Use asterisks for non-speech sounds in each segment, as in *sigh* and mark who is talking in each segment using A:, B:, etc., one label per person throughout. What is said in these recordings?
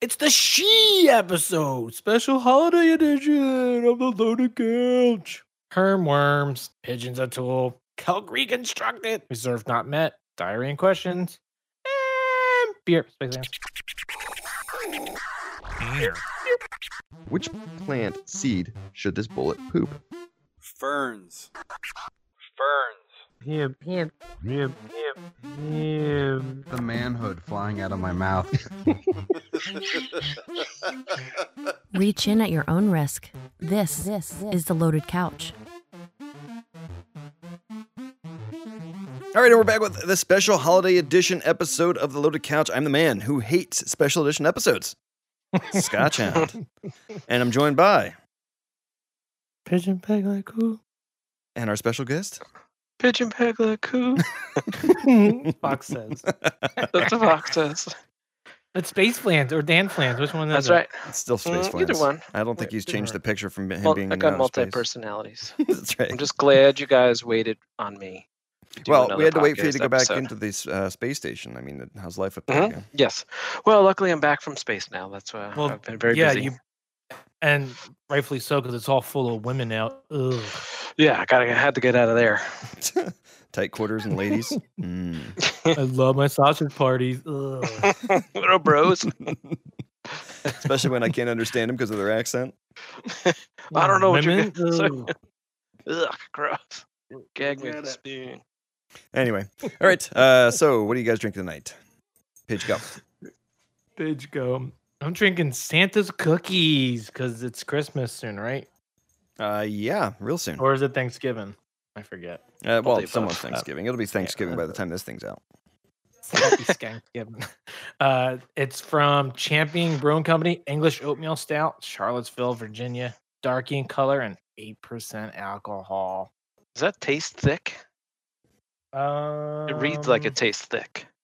A: It's the she episode, special holiday edition of the loaded couch. Herm worms, pigeons a tool, Kelk reconstructed, reserve not met, diary in questions, and beer. Space Jam.
B: Which plant seed should this bullet poop?
C: Ferns. Ferns.
D: The manhood flying out of my mouth.
E: Reach in at your own risk. This, this, is the loaded couch.
B: All right, and we're back with the special holiday edition episode of The Loaded Couch. I'm the man who hates special edition episodes,
A: *laughs*
B: Scotch Hound. And I'm joined by,
A: Pigeon peg like cool.
B: and our special guest,
F: Pigeon peg like who? *laughs*
A: Fox says.
F: That's the
B: *laughs*
F: fox says.
A: It's Space Flans or Dan Flans. Which one is
F: That's
A: it?
F: right.
B: it's *laughs* still Space
F: Mm, either
B: Flans.
F: one.
B: I don't think
A: Yeah,
B: he's
A: either
B: changed
A: one.
B: the picture from him
F: Well,
B: being
F: I
B: in
F: got
B: outer space.
F: multi-personalities.
B: *laughs* That's right.
F: I'm just glad you guys waited on me. to do
B: well, we
F: another
B: had to wait for you
F: podcast
B: to go back
F: episode.
B: into the uh, space station. I mean, how's life up there?
F: Mhm.
B: again?
F: Yes. Well, luckily I'm back from space now. That's why
A: Well,
F: I've been very
A: yeah,
F: busy.
A: you. And rightfully so, because it's all full of women now. Ugh.
F: Yeah, I gotta I had to get out of there. *laughs*
B: *laughs* Tight quarters and ladies. Mm.
A: I love my sausage parties. Ugh.
F: Little bros.
B: *laughs* Especially when I can't understand them because of their accent.
F: *laughs* I don't know what you're
A: Women?
F: gonna say.
A: Ugh.
F: Ugh, gross. Gag me
C: Get
F: with a
C: it.
F: spoon.
B: Anyway, all
F: *laughs*
B: right. Uh, so, what do you guys drink tonight? Pidge, go.
A: Bitch, go. I'm drinking Santa's cookies because it's Christmas soon, right?
B: Uh, yeah, real soon.
A: Or is it Thanksgiving? I forget.
B: Uh, well,
F: the above.
B: someone's Thanksgiving. It'll be Thanksgiving by the
A: that's
B: time this thing's out.
A: Happy Thanksgiving. *laughs* Uh, it's from Champion Brewing Company, English Oatmeal Stout, Charlottesville, Virginia. Dark in color and 8% alcohol.
F: Does that taste thick?
A: Um,
F: It reads like it tastes thick. *laughs*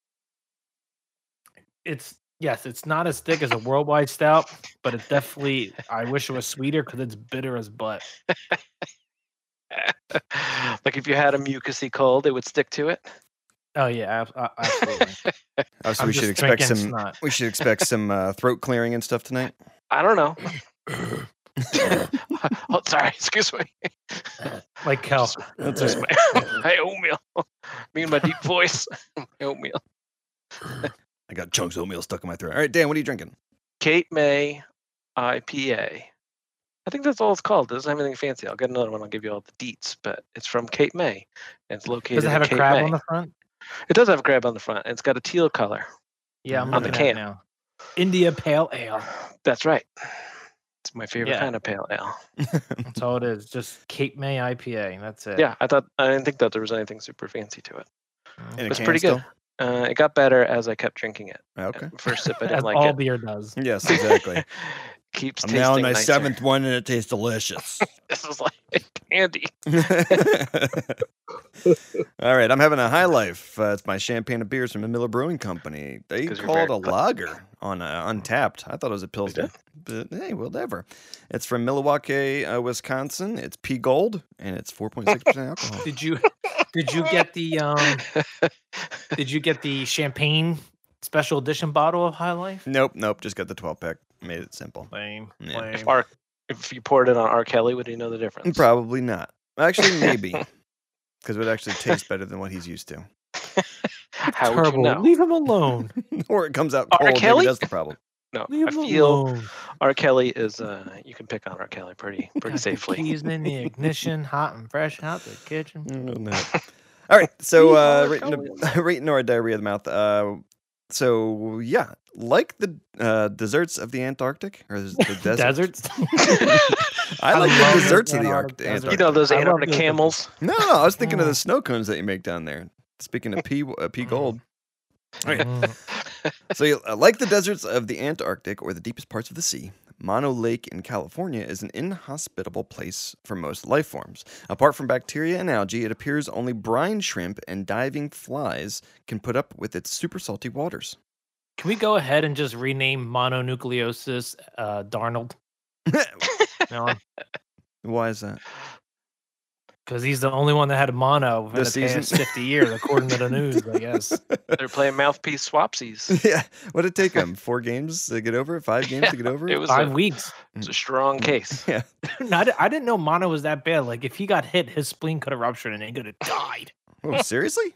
A: It's yes, it's not as thick as a worldwide stout, but it definitely. I wish it was sweeter because it's bitter as butt.
F: like if you had a mucousy cold, it would stick to it.
A: Oh yeah, ab- uh,
F: *laughs*
A: absolutely.
B: Oh, so
A: I'm
B: we should
A: just
B: expect
A: drinking
B: some.
A: snot.
B: We should expect some uh, throat clearing and stuff tonight.
F: I
A: *laughs*
F: don't know. *laughs* oh, sorry. *laughs* Excuse me.
A: like Kel.
F: Just-
A: *laughs*
F: just my, *laughs* my oatmeal. Me and my deep voice. *laughs* my oatmeal.
B: I got chunks of oatmeal stuck in my throat. All right, Dan, what are you drinking?
F: Kate May IPA. I think that's all it's called. It doesn't have anything fancy. I'll get another one. I'll give you all the deets, but it's from Kate May. And it's located.
A: Does it
F: in
A: have a
F: Cape
A: crab
F: May.
A: on the front?
F: It does have a crab on the front. And it's got a teal color.
A: Yeah, I'm
F: On the
A: looking at it
F: can.
A: now. India Pale Ale.
F: That's right. It's my favorite
A: Yeah.
F: kind of pale ale.
A: That's all it is. Just Cape May IPA. That's it.
F: Yeah, I thought I didn't think that there was anything super fancy to it.
A: Mm.
B: In a
F: It's
B: can
F: pretty
B: still?
F: good. Uh, it got better as I kept drinking it.
B: Ah, Okay.
F: At
A: *laughs*
F: First sip, I
A: As
F: didn't like
A: all
F: it.
A: beer does.
B: Yes,
F: *laughs*
B: exactly.
F: Keeps
B: I'm
F: tasting
B: now on my
F: nicer.
B: seventh one, and it tastes delicious.
F: *laughs* This is like *laughs* candy.
B: All right, I'm having a high life. Uh, it's my champagne and beers from the Miller Brewing Company. They
F: 'Cause you're
B: called a
F: very-
B: lager on uh, Untapped. I thought it was a Pilsner, but hey, whatever. It's from Milwaukee, uh, Wisconsin. It's P Gold, and it's 4.6 percent
F: *laughs*
B: alcohol.
A: Did you did you get the um did you get the champagne special edition bottle of High Life?
B: Nope, nope. Just got the 12 pack. Made it simple.
A: Lame.
B: Yeah.
A: Lame.
F: If R, if you poured it on R. Kelly, would he know the difference?
B: Probably not. Actually,
F: *laughs*
B: maybe because it would actually taste better than what he's used to. *laughs*
F: How would you
A: Terrible.
F: know?
A: Leave him
F: *laughs*
A: alone.
B: or it comes out
F: R.
B: cold. maybe
F: Kelly?
B: that's the problem.
F: No,
A: Leave
F: I
A: him
F: feel
A: alone.
F: R. Kelly is. Uh, you can pick on R. Kelly pretty
A: *laughs*
F: pretty
A: Got the
F: safely.
A: Keys
F: *laughs*
A: in the ignition, hot and fresh out the kitchen. *laughs*
B: Mm, no. All right. So,
F: Leave
B: uh,
F: our
B: rating, a, *laughs* rating or a diarrhea of the mouth. Uh, so, yeah, like the uh, desserts of the Antarctic or is
A: *laughs*
B: it the desert.
F: *laughs*
A: Deserts.
F: Oh,
B: I
A: I
B: like
A: love
B: the
A: those
B: desserts of the
A: Antarctic
B: Arct-
A: deserts.
B: Antarctic.
F: you know those
A: *laughs* I love
F: Antarctic
A: those.
F: camels.
B: no, no, I was thinking of the
A: Mm.
B: snow cones that you make down there. Speaking of pea, uh, pea
A: Mm.
B: gold. All right.
A: Mm.
B: So, you- uh, like the deserts of the Antarctic or the deepest parts of the sea, Mono Lake in California is an inhospitable place for most life forms. Apart from bacteria and algae, it appears only brine shrimp and diving flies can put up with its super salty waters. *laughs*
A: Can we go ahead and just rename mononucleosis
B: *laughs*
A: uh, Darnold? No,
B: Why is that?
A: because he's the only one that had a mono in the
B: This season?
A: past 50 years, according
B: *laughs*
A: to the news, I guess.
F: They're playing mouthpiece swapsies.
B: yeah. What did it take him? Four games to get over it? Five games
F: *laughs*
B: to get over
F: It was,
A: Five
F: a,
A: weeks. *clears throat*
F: it was a strong
A: Mm. *laughs*
F: case.
B: yeah.
A: No, I, di- I didn't know mono was that bad. Like, if he got hit, his spleen could have ruptured and he could have died. *laughs*
B: Oh, seriously?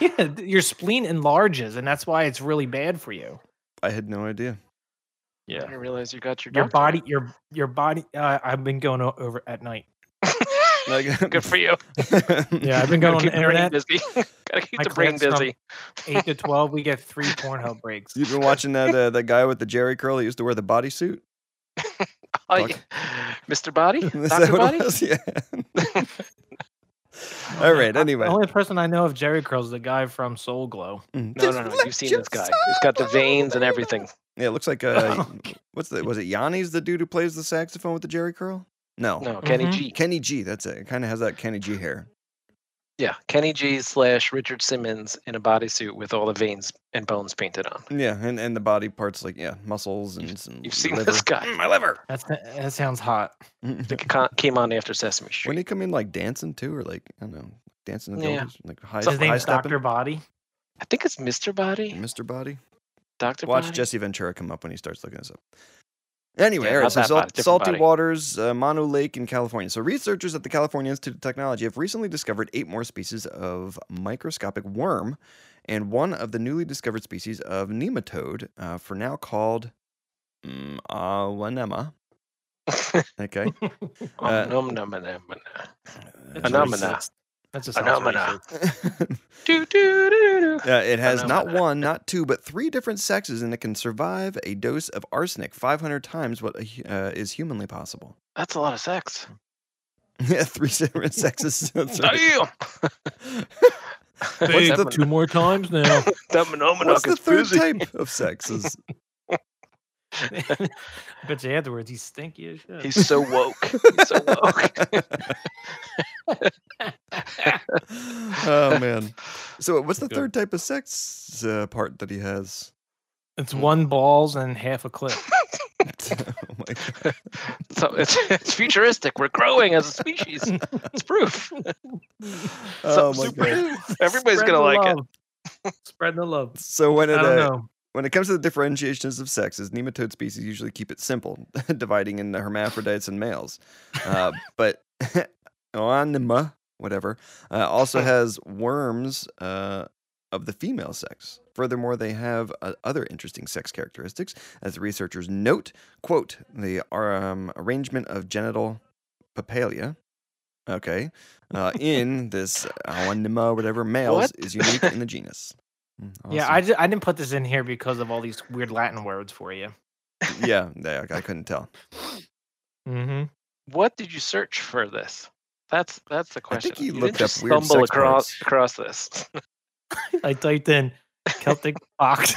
A: yeah, th- your spleen enlarges, and that's why it's really bad for you.
B: I had no idea.
F: I didn't realize you got your
A: Your
F: doctor. *laughs*
A: body, your your body. Uh, I've been going o- over at night.
B: Like-
F: *laughs*
B: *laughs*
F: Good for you.
A: *laughs* Yeah, I've been
F: Gotta
A: going on the
F: keep the brain
A: internet
F: busy. *laughs* Gotta keep
A: I
F: the brain
A: glanced up.
F: busy.
A: eight to twelve. We get three Pornhub breaks.
B: You've been watching that uh, that guy with the Jerry curl that used to wear the bodysuit?
F: Oh,
B: Fuck.
F: *laughs* yeah. Mr.
B: *laughs*
F: Body?
B: Is what
F: Dr.
B: it
F: Body?
B: was? *laughs* Yeah.
F: *laughs*
B: All right. Anyway.
A: The only person I know of Jerry curls is the guy from Soul Glow.
B: Mm.
F: No,
B: Just
F: no, no.
B: let
F: You've seen this guy.
B: yourself
F: He's got the veins and
B: alone.
F: everything. Oh.
B: Yeah, it looks
F: *laughs*
B: like
A: *laughs*
B: uh, what's the was it Yanni's the dude who plays the saxophone with the Jerry curl? No,
F: No, Kenny
A: Mhm.
F: G.
B: Kenny G. That's it. it kind of has that Kenny G hair.
F: Yeah, Kenny G slash Richard Simmons in a bodysuit with all the veins and bones painted on.
B: Yeah, and, and the body parts like yeah, muscles and some.
F: You've seen
B: liver. *laughs*
F: this guy. Mm, My liver.
A: That's uh, that sounds hot.
B: Mm.
F: Came on after Sesame
B: when
F: Street.
B: he come in like dancing too, or like I don't know, dancing at the
F: Yeah.
B: Elvis, like high,
A: His
B: high
A: name's
B: stepping.
A: Doctor Body.
F: I think it's Mr. Body.
B: Mr. Body.
F: Doctor.
B: Mm, Watch
F: *laughs* Body?
B: Jesse Ventura come up when he starts looking this up. Anyway, all
F: Yeah,
B: right,
F: not
B: so
F: that
B: salt-
F: body, different
B: salty
F: body.
B: waters, uh, Mono Lake in California. So, researchers at the California Institute of Technology have recently discovered eight more species of microscopic worm and one of the newly discovered species of nematode, uh, for now called mm, awanema.
F: *laughs*
B: Okay. uh,
F: Um, nom, nom, nom, nom, nom.
A: Anomina.
F: Anomina.
A: That's a
F: Anomina.
B: *laughs*
F: *laughs* Doo, doo, doo, doo.
B: Uh, it has
F: know
B: not
F: about that.
B: one, not two, but three different sexes, and it can survive a dose of arsenic 500 times what a hu- uh, is humanly possible. *laughs*
F: That's a lot of sex.
B: Yeah, three different sexes. That's *laughs* right.
F: Damn. *laughs*
B: What's the-
A: two more times now. *laughs*
F: That monominoc
B: What's the
F: is
B: third
F: busy.
B: type of sexes?
A: but you afterwards, he's stinky as shit.
F: He's so woke. He's so woke.
B: *laughs* oh man. So what's the
A: Good.
B: third type of sex uh, part that he has? *laughs*
A: it's one balls and half a clip.
B: oh my God. *laughs*
F: so it's, *laughs* it's futuristic. We're growing as a species. It's
A: *laughs*
F: proof.
B: Oh my
F: super-
B: God.
F: *laughs* Everybody's gonna like it.
A: it. Spread the love.
B: *laughs* So when it
A: I don't
B: uh,
A: know.
B: when it comes to the differentiations of sexes, nematode species usually keep it simple, *laughs* dividing into hermaphrodites and males.
A: *laughs*
B: Uh, but *laughs* onima, whatever, uh, also has worms uh, of the female sex. Furthermore, they have uh, other interesting sex characteristics, as the researchers note. Quote: the um, arrangement of genital papalia. Okay,
A: *laughs*
B: uh, in this onima, whatever, males
F: What?
B: is unique in the genus. Mm,
A: Yeah,
B: awesome.
A: I, ju- I didn't put this in here because of all these weird Latin words for you.
B: yeah, yeah, I couldn't tell. *laughs*
A: Mm-hmm.
F: What did you search for this? That's that's
B: I
F: the question.
B: think he
F: didn't
B: looked up
F: just
B: weird
F: stumble
B: sex
F: across
B: parts.
F: across this. *laughs*
A: I typed in *laughs* Celtic fox.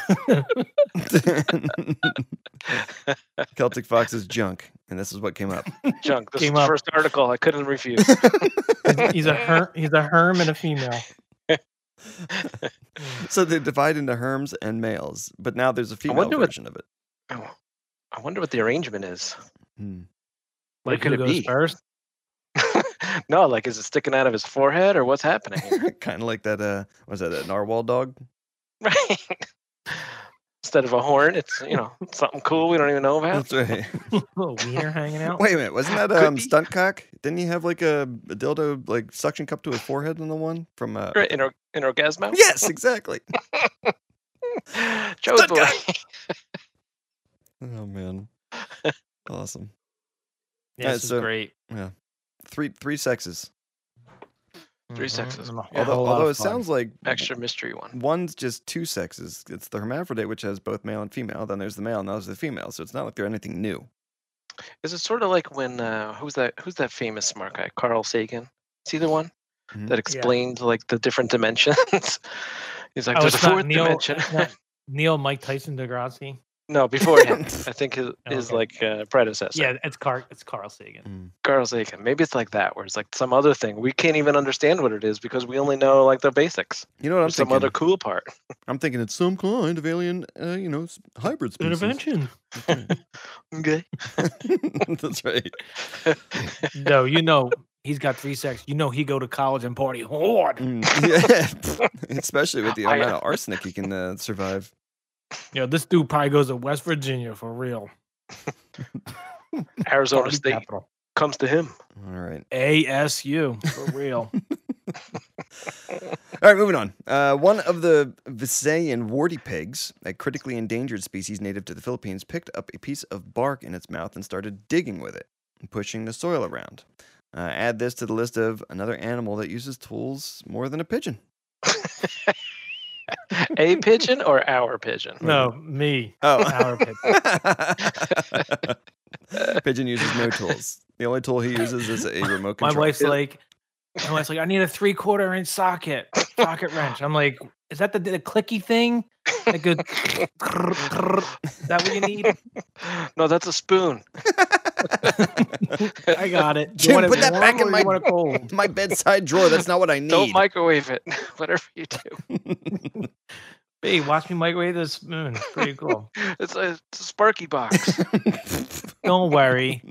B: Celtic Fox is junk, and this is what came up.
F: Junk. This
A: Came
F: is the
A: up.
F: first article I
A: *laughs*
F: couldn't refuse.
A: he's a her- he's a herm and a female.
B: so they divide into herms and males, but now there's a female
F: wonder what-
B: version of it.
F: Oh, *laughs* I wonder what the arrangement is. *laughs*
B: Hmm. *laughs*
F: What
A: Like
F: could
A: who
F: it
A: goes
F: be?
A: first?
F: no, like is it sticking out of his forehead or what's happening? here?
A: *laughs*
F: *laughs*
B: kind of like that. Uh, was that a narwhal dog?
F: right. Instead of a horn, it's you know something cool we don't even know about.
B: That's right. *laughs*
A: Little wiener hanging out.
B: Wait a minute, wasn't that
F: Could
B: um,
F: be.
B: stunt cock? Didn't he have like a, a dildo like suction cup to his forehead on the one from? Uh...
F: Right, In, or- in orgasmo.
B: Yes, exactly.
F: Joe's
B: Stunt
F: boy.
B: Oh man, awesome.
A: Yeah, this is
B: so-
A: great.
B: Three three sexes.
F: *laughs* Three
A: Mhm,
F: sexes.
A: and a whole
B: Mm-hmm. Although
A: lot
B: although
A: of
B: it
A: fun.
B: sounds like *laughs*
F: Extra mystery one.
B: one's just two sexes. It's the hermaphrodite, which has both male and female. Then there's the male, and now there's the female. So it's not like they're anything new.
F: Is it sort of like when uh, who's that who's that famous smart guy? Carl Sagan. See the one
B: Mhm.
F: that explained like the different dimensions. *laughs* He's like,
A: Oh,
F: there's a
A: it's not
F: fourth
A: Neil-
F: dimension.
A: not Neil Mike Tyson Degrassi.
F: *laughs* no, before
B: *laughs*
F: him. I think his, his
A: Oh, okay.
F: like uh, predecessor.
A: Yeah, it's Car it's Carl Sagan.
F: Carl Sagan. Maybe it's like that, where it's like some other thing we can't even understand what it is because we only know like the basics.
B: You know what I'm
F: Or some
B: thinking?
F: other cool part.
B: I'm thinking it's some kind of alien, uh, you know, s- hybrid species.
A: Intervention.
F: Okay.
B: *laughs*
F: *laughs*
B: That's right.
A: no, you know He's got three sex. You know he go to college and party hard.
B: Mm, *laughs* yeah. *laughs* Especially with the
F: I-
B: amount of arsenic he can uh, survive.
A: Yeah, this dude probably goes to West Virginia for real.
F: *laughs* Arizona
A: Party
F: State
A: capital.
F: comes to him.
B: All right.
A: ASU *laughs* for real.
B: All right, moving on. Uh, one of the Visayan warty pigs, a critically endangered species native to the Philippines, picked up a piece of bark in its mouth and started digging with it, pushing the soil around. Uh, add this to the list of another animal that uses tools more than a pigeon.
F: A pigeon or our pigeon?
B: *laughs*
A: no, me.
B: Oh.
A: Our pick.
B: *laughs* pigeon uses no tools. The only tool he uses is a remote
A: My
B: control.
A: wife's like, my wife's like, I need a three quarter inch socket, socket wrench. I'm like, is that the, the clicky thing? That goes, is that what you need?
F: No, that's a spoon.
A: I got it.
B: Jim, put that back in my-
A: want it cold?
B: *laughs* My bedside drawer. That's not what I need.
F: Don't
B: *laughs*
F: microwave it. *laughs* Whatever you do,
A: Hey, watch me microwave this spoon. It's Pretty
F: *laughs*
A: cool.
F: it's a, it's a
B: *laughs*
F: Sparky box.
A: Don't worry.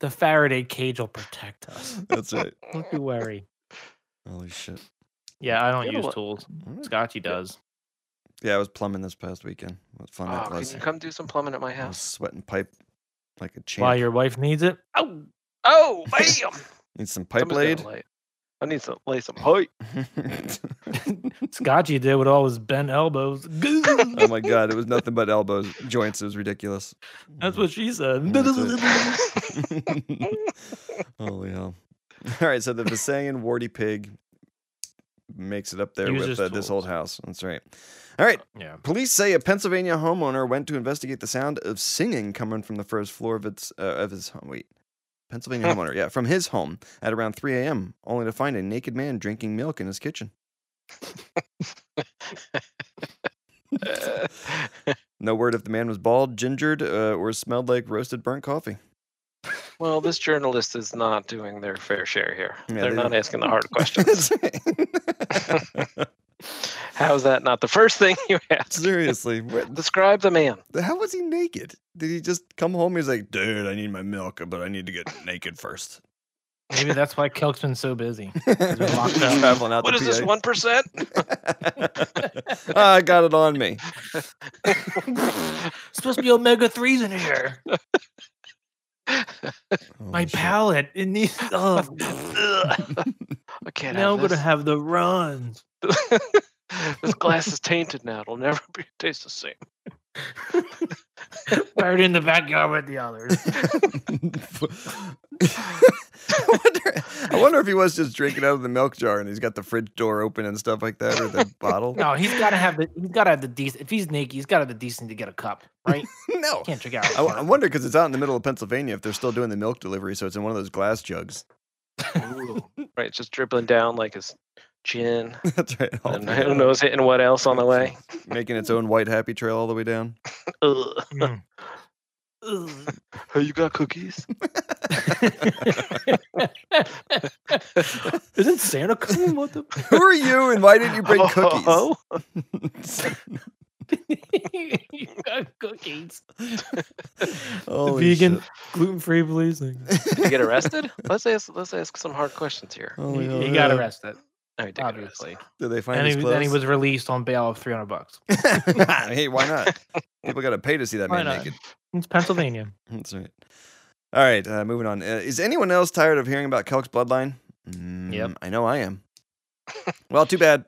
A: The Faraday cage will protect us.
B: That's right.
A: Don't you worry.
B: Holy shit.
A: Yeah, I don't
F: You know
A: use
F: what?
A: tools.
B: All right.
A: Scotchy does.
B: Yeah, I was plumbing this past weekend. What fun
F: Oh,
B: that
F: can
B: was.
F: you come do some plumbing at my
B: I was
F: house?
B: sweating pipe like a champ.
A: Why your wife needs it?
F: Oh, oh,
B: *laughs*
F: bam!
B: Need some pipe
F: Somebody's
B: laid.
F: gotta lay- I need to lay
B: *laughs*
F: some pipe. *laughs*
A: Scotchy did with all his bent elbows. *laughs*
B: oh my god, it was nothing but elbows, joints. It was ridiculous.
A: That's what she said. *laughs*
B: That's *laughs* Holy hell! All right, so the Visayan warty pig makes it up there
A: Uses
B: with uh, this old
A: tools.
B: house. That's right. All right,
A: yeah.
B: Police say a Pennsylvania homeowner went to investigate the sound of singing coming from the first floor of its uh, of his home. Wait, Pennsylvania
F: Huh.
B: homeowner, yeah, from his home at around 3 a.m., only to find a naked man drinking milk in his kitchen. No word if the man was bald, gingered, uh, or smelled like roasted burnt coffee.
F: well, this journalist is not doing their fair share here.
B: Yeah,
F: They're
B: they
F: not
B: don't.
F: asking the hard questions.
B: *laughs* That's right.
F: How is that not the first thing you
B: *laughs*
F: ask?
B: Seriously, what,
F: Describe the man.
B: how was he naked? Did he just come home? He's like, dude, I need my milk, but I need to get naked first.
A: Maybe that's why Kelk's been so busy.
B: *laughs*
A: locked up.
B: Traveling out
F: What
B: the
F: is this?
B: PA. *laughs*
F: One percent? *laughs*
B: I got it on me.
A: supposed to be omega threes in here. My Oh,
B: Holy shit. *laughs*
A: palate, it *laughs* needs. Oh,
F: I can't
A: now I'm
F: have
A: gonna
F: this.
A: have the runs.
F: this glass is tainted now. It'll never *laughs* be, taste the same.
A: Buried in the backyard with the *laughs* others.
B: I wonder, I wonder if he was just drinking out of the milk jar and he's got the fridge door open and stuff like that,
A: *laughs*
B: or the bottle.
A: No, he's gotta have the. He's gotta have the decent. If he's naked, he's gotta have the decent to get a cup, right?
B: *laughs* No.
A: Can't drink out. of
B: I,
A: a
B: w- I
A: cup.
B: wonder because it's out in the middle of Pennsylvania if they're still doing the milk delivery, so it's in one of those glass jugs. *laughs*
F: Right, just dribbling down like his chin.
B: That's right.
A: Oh,
B: all
F: And
B: the way
F: who
B: down.
F: knows hitting what else on
A: *laughs*
F: the way?
B: Making its own white happy trail all the way down.
F: Ugh.
A: Mm. Ugh.
F: Hey, you got cookies?
A: *laughs* Isn't Santa *laughs* coming? What the?
B: Who are you and why didn't
F: *laughs*
B: you bring cookies?
F: Oh,
A: you got cookies.
B: *laughs* Holy
A: vegan,
B: shit.
A: gluten free, please.
F: Did
A: *laughs*
F: he get arrested? Let's ask. Let's ask some hard questions here.
B: *laughs* Holy
A: he,
B: hell,
A: he got
B: yeah.
A: arrested,
F: No, he did get arrested.
A: Oh, obviously.
B: Did they find
A: And
B: his
A: he, then he
B: clothes?
A: was released on bail of 300 bucks.
B: *laughs* hey, why not? People got to pay to see that
A: Why
B: man
A: not?
B: naked.
A: It's *laughs* Pennsylvania.
B: That's right. All right, uh, moving on. Uh, is anyone else tired of hearing about Kelk's bloodline? Mm, I know I am. well, too bad.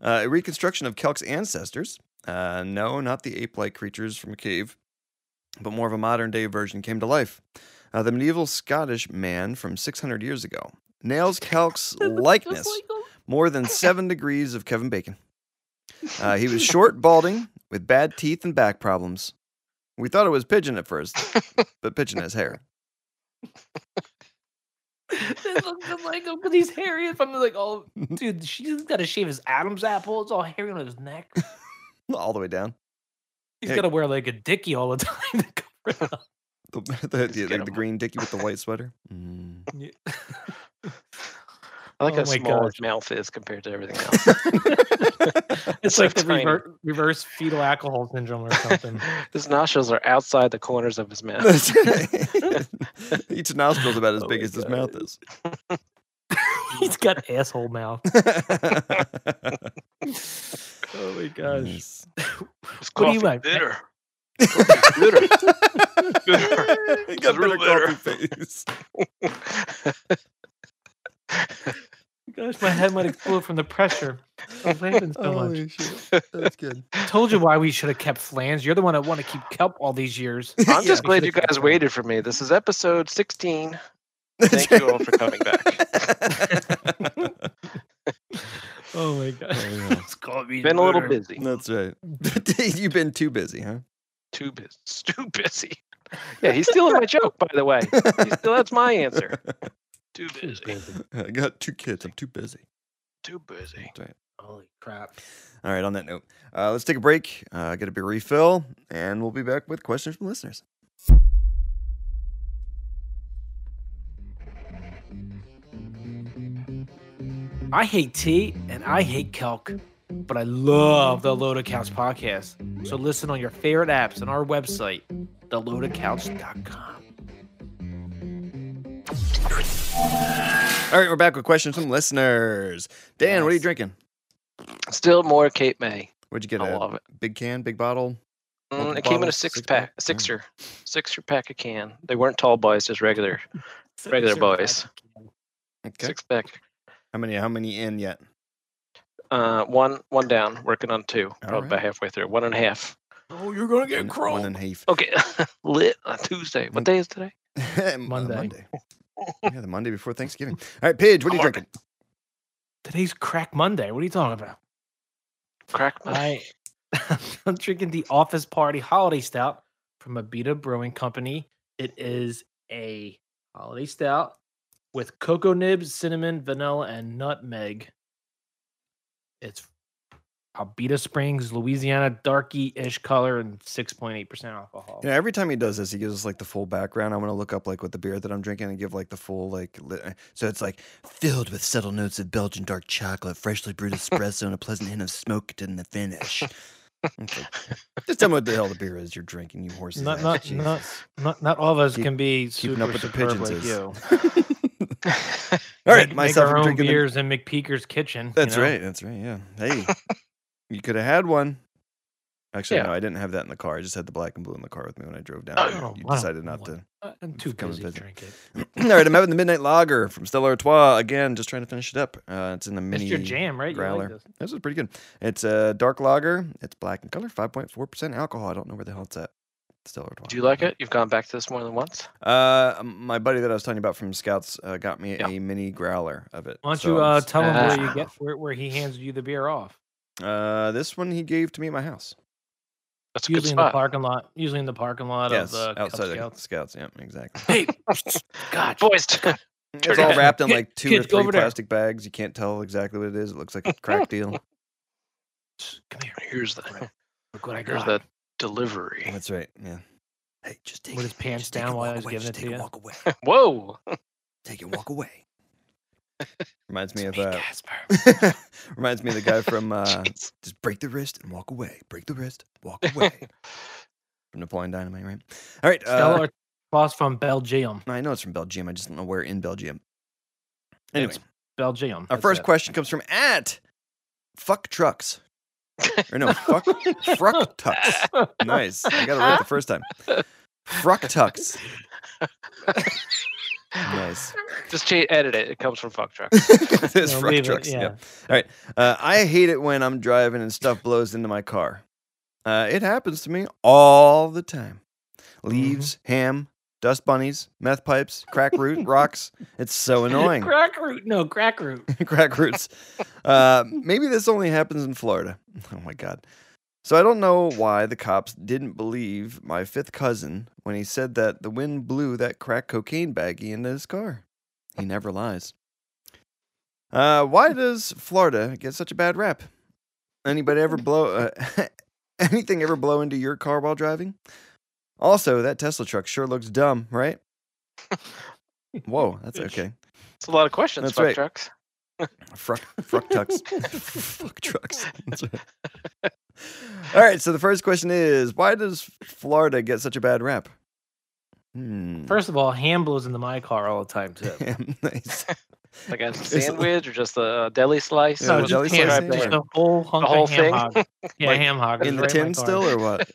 B: Uh, a reconstruction of Kelk's ancestors. Uh, no, not the ape like creatures from a cave, but more of a modern day version came to life. Uh, the medieval Scottish man from 600 years ago
A: *laughs*
B: nails Kelk's likeness more than seven degrees of Kevin Bacon. Uh, he was
F: *laughs*
B: short, balding, with bad teeth and back problems. We thought it was Pigeon at first, but Pigeon has hair. *laughs*
A: it looks just like him because he's hairy. If I'm like, *laughs* oh, dude, she's got to shave his Adam's apple. It's all hairy on his *laughs* neck.
B: All the way down. *laughs*
A: He's
B: Yeah.
A: got to wear like a dickie all the *laughs* time. To cover it up.
B: The, the, the-
F: get
B: the
F: him.
B: green dickie with the white sweater. Mm.
A: Yeah.
F: I like
A: Oh my
F: how small
A: gosh.
F: his mouth is compared to
A: *laughs*
F: everything else.
A: It's
F: So
A: like the *laughs*
F: tiny.
A: rever- reverse fetal alcohol syndrome or *laughs* something.
F: *laughs* his nostrils are outside the corners of his mouth. *laughs*
B: That's right. *laughs* Each nostril is about as
F: Oh
B: big
F: my
B: as his
F: God.
B: mouth is.
A: He's got asshole mouth.
B: oh
A: my gosh.
B: Yes.
A: *laughs*
F: It's
A: What do
F: coffee
A: you like? *laughs*
F: bitter. *laughs*
B: bitter.
F: Bitter.
B: *laughs* He got
F: It's real
B: bitter coffee face.
A: Gosh, my head *laughs* might explode from the pressure. I'm laughing
B: *laughs* Oh
A: so much.
B: Holy *laughs* shit. That's good.
A: Told you why we should have kept Flans. You're the one that want to keep kelp all these years.
F: I'm just
A: we *laughs*
F: glad
A: should've
F: you
A: kept
F: guys
A: that.
F: waited for me. This is episode 16. Thank you all for coming
B: back.
A: Oh my god.
B: Oh, yeah.
A: It's called me
F: Been a little
A: bitter.
F: busy.
B: That's right. *laughs* You've been too busy, huh?
F: Too busy. *laughs* Too busy. Yeah, he's stealing my joke, by *laughs* the way. He's still, that's my answer. Too busy.
B: *laughs* I got two kids. I'm too busy.
F: Too busy.
B: That's right.
A: Holy *laughs* crap.
B: All right. On that note, uh, let's take a break. Uh, get a beer refill, and we'll be back with questions from listeners.
A: I hate tea and I hate calc, but I love the Load Accounts podcast. So listen on your favorite apps and our website, theloadaccounts.com.
B: All right, we're back with questions from listeners. Dan, what are you
A: Yes.
B: drinking?
F: Still more Cape May.
B: What'd you get?
F: I
B: A
F: love it.
B: big can, big bottle.
F: Mm,
B: multiple
F: it came in a
B: bottles,
F: six
B: six
F: pack,
B: pack?
F: a sixer, sixer pack of can. They weren't tall boys, just regular, Regular boys.
B: Okay.
F: six pack.
B: How many? How many in yet?
F: Uh, one, one down. Working on two. Probably
B: right.
F: about halfway through. One and a half.
A: Oh, you're going to
B: One-
A: get
B: One
A: crunk.
B: and a half. *laughs*
F: Okay, *laughs* lit on Tuesday.
B: Mm.
F: What day is today?
B: Uh,
A: Monday.
B: Monday. yeah, the Monday before Thanksgiving. All right, Paige, what are you
F: Hard.
B: drinking?
A: Today's Crack Monday. What are you talking about?
F: Crack *laughs* my.
A: I, *laughs* I'm drinking the Office Party Holiday Stout from Abita Brewing Company. It is a holiday stout with cocoa nibs, cinnamon, vanilla, and nutmeg. It's Abita Springs, Louisiana, darky ish color and 6.8% alcohol.
B: You know, every time he does this, he gives us like the full background. I want to look up like what the beer that I'm drinking and give like the full like. Li- uh, so it's like filled with subtle notes of Belgian dark chocolate, freshly brewed espresso, and a pleasant hint of smoke in the finish. It's like, just tell me what the hell the beer is you're drinking, you horses.
A: Not- not- not- Not, not all of us
B: Keep-
A: can be
B: keeping
A: super
B: up with the
A: superb
B: pigeons
A: like
B: is.
A: you.
B: All right,
A: Make-
B: myself.
A: make our
B: I'm
A: own
B: drinking the-
A: beers in McPeaker's kitchen. you
B: That's
A: know? *clears throat*
B: right. That's right. Yeah.
A: *laughs*
B: Hey, you could have had one. Actually,
F: Yeah.
B: no, I didn't have that in the car. I just had the black and blue in the car with me when I drove down.
F: Oh,
B: You-
A: yeah.
B: you
A: Wow.
B: decided not to.
A: I- I'm too
B: Come and
A: busy to
B: visit.
A: drink it.
B: All right, I'm having the Midnight Lager from Stella Artois again. Just trying to finish it up. Uh, it's in the mini.
A: It's your jam, right? You like
B: growler.
A: this.
B: This is pretty good. It's a dark lager. It's black in color, 5.4% alcohol. I don't know where the hell it's at. Stella Artois.
F: Do you like it? You've gone back to this more than once.
B: Uh, my buddy that I was talking about from Scouts uh, got me
F: Yeah.
B: a mini growler of it.
A: Why don't
B: So
A: you
B: I'm
A: uh,
B: s-
A: tell him where you
F: Ah.
A: get where, where he hands you the beer off?
B: Uh, this one he gave to me at my house.
F: That's a good
A: usually in the
F: spot.
A: parking lot. Usually in the parking lot
B: yes,
A: of the Cub
B: outside of *laughs*
A: Scouts.
B: Scouts. Yeah, exactly.
F: *laughs*
A: Hey, God,
F: Boys,
B: It's all
F: Turn it.
B: wrapped in
A: Kid- *laughs*
B: like two
A: kid,
B: or
A: go
B: three
A: over there.
B: plastic bags. You can't tell exactly what it is. It looks like a
A: *laughs*
B: crack deal.
A: come here.
F: *laughs* here's the
A: Look what I
F: here's
A: got.
F: the delivery.
B: That's right. Yeah. Hey, just take
A: With
B: *laughs*
A: his pants down while I was giving it to you. *laughs*
B: away.
F: Whoa!
B: Take it. Walk away. *laughs* Reminds
A: It's
B: me of
A: me,
B: uh,
A: Casper.
B: *laughs* reminds me of the guy *laughs* from uh,
F: Jeez.
B: just break the wrist and walk away. Break the wrist, walk away. *laughs* from Napoleon Dynamite, right? All right.
A: Stella
B: Uh,
A: Artois from Belgium.
B: I know it's from Belgium. I just don't know where in Belgium. Anyway,
A: It's Belgium.
B: our
A: that's
B: first
A: it. *laughs*
B: question comes from at fuck trucks. Or
A: *laughs*
B: no, fuck fruck tucks. Nice. I got it right the first
A: *laughs*
B: time. Fruck *laughs* tucks. Nice.
F: Just cha- edit it. It comes from fuck truck.
B: *laughs* it is
A: No,
B: fruck
A: leave it,
B: trucks. yeah.
A: yeah.
B: Uh, I hate it when I'm driving and stuff blows into my car. Uh, it happens to me all the time.
A: Mm-hmm.
B: Leaves, ham, dust bunnies, meth pipes,
A: *laughs*
B: crack root, rocks. It's so annoying. Hmm.
A: Crack root. No, crack root.
B: *laughs* crack roots. Uh, maybe this only happens in Florida. *laughs* Oh my God. So I don't know why the cops didn't believe my fifth cousin when he said that the wind blew that crack cocaine baggie into his car. He never lies. Uh, why does Florida get such a bad rap? Anybody ever blow uh, *laughs* anything ever blow into your car while driving? Also, that Tesla truck sure looks dumb, right? Whoa, that's okay.
F: It's a lot of questions.
B: That's
F: fuck
B: right.
F: trucks.
B: Fruck, fruck
F: *laughs*
B: tucks. Fuck trucks. That's right. All right. So the first question is why does Florida get such a bad rap? Hmm. *laughs*
A: First of all, ham blows into my car all the time too.
F: *laughs*
B: Damn, nice.
F: Like a sandwich or just a deli slice?
B: Yeah,
A: No,
B: a
F: What's-
B: jelly
A: just ham,
B: slice
A: just
B: there.
A: the whole hunk
F: whole
A: of ham
F: thing? *laughs*
A: hog. *laughs* Yeah,
F: Like,
A: ham hog.
B: in
A: It's
B: the
A: right in my
B: tin
A: car.
B: still or
F: *laughs*
B: what?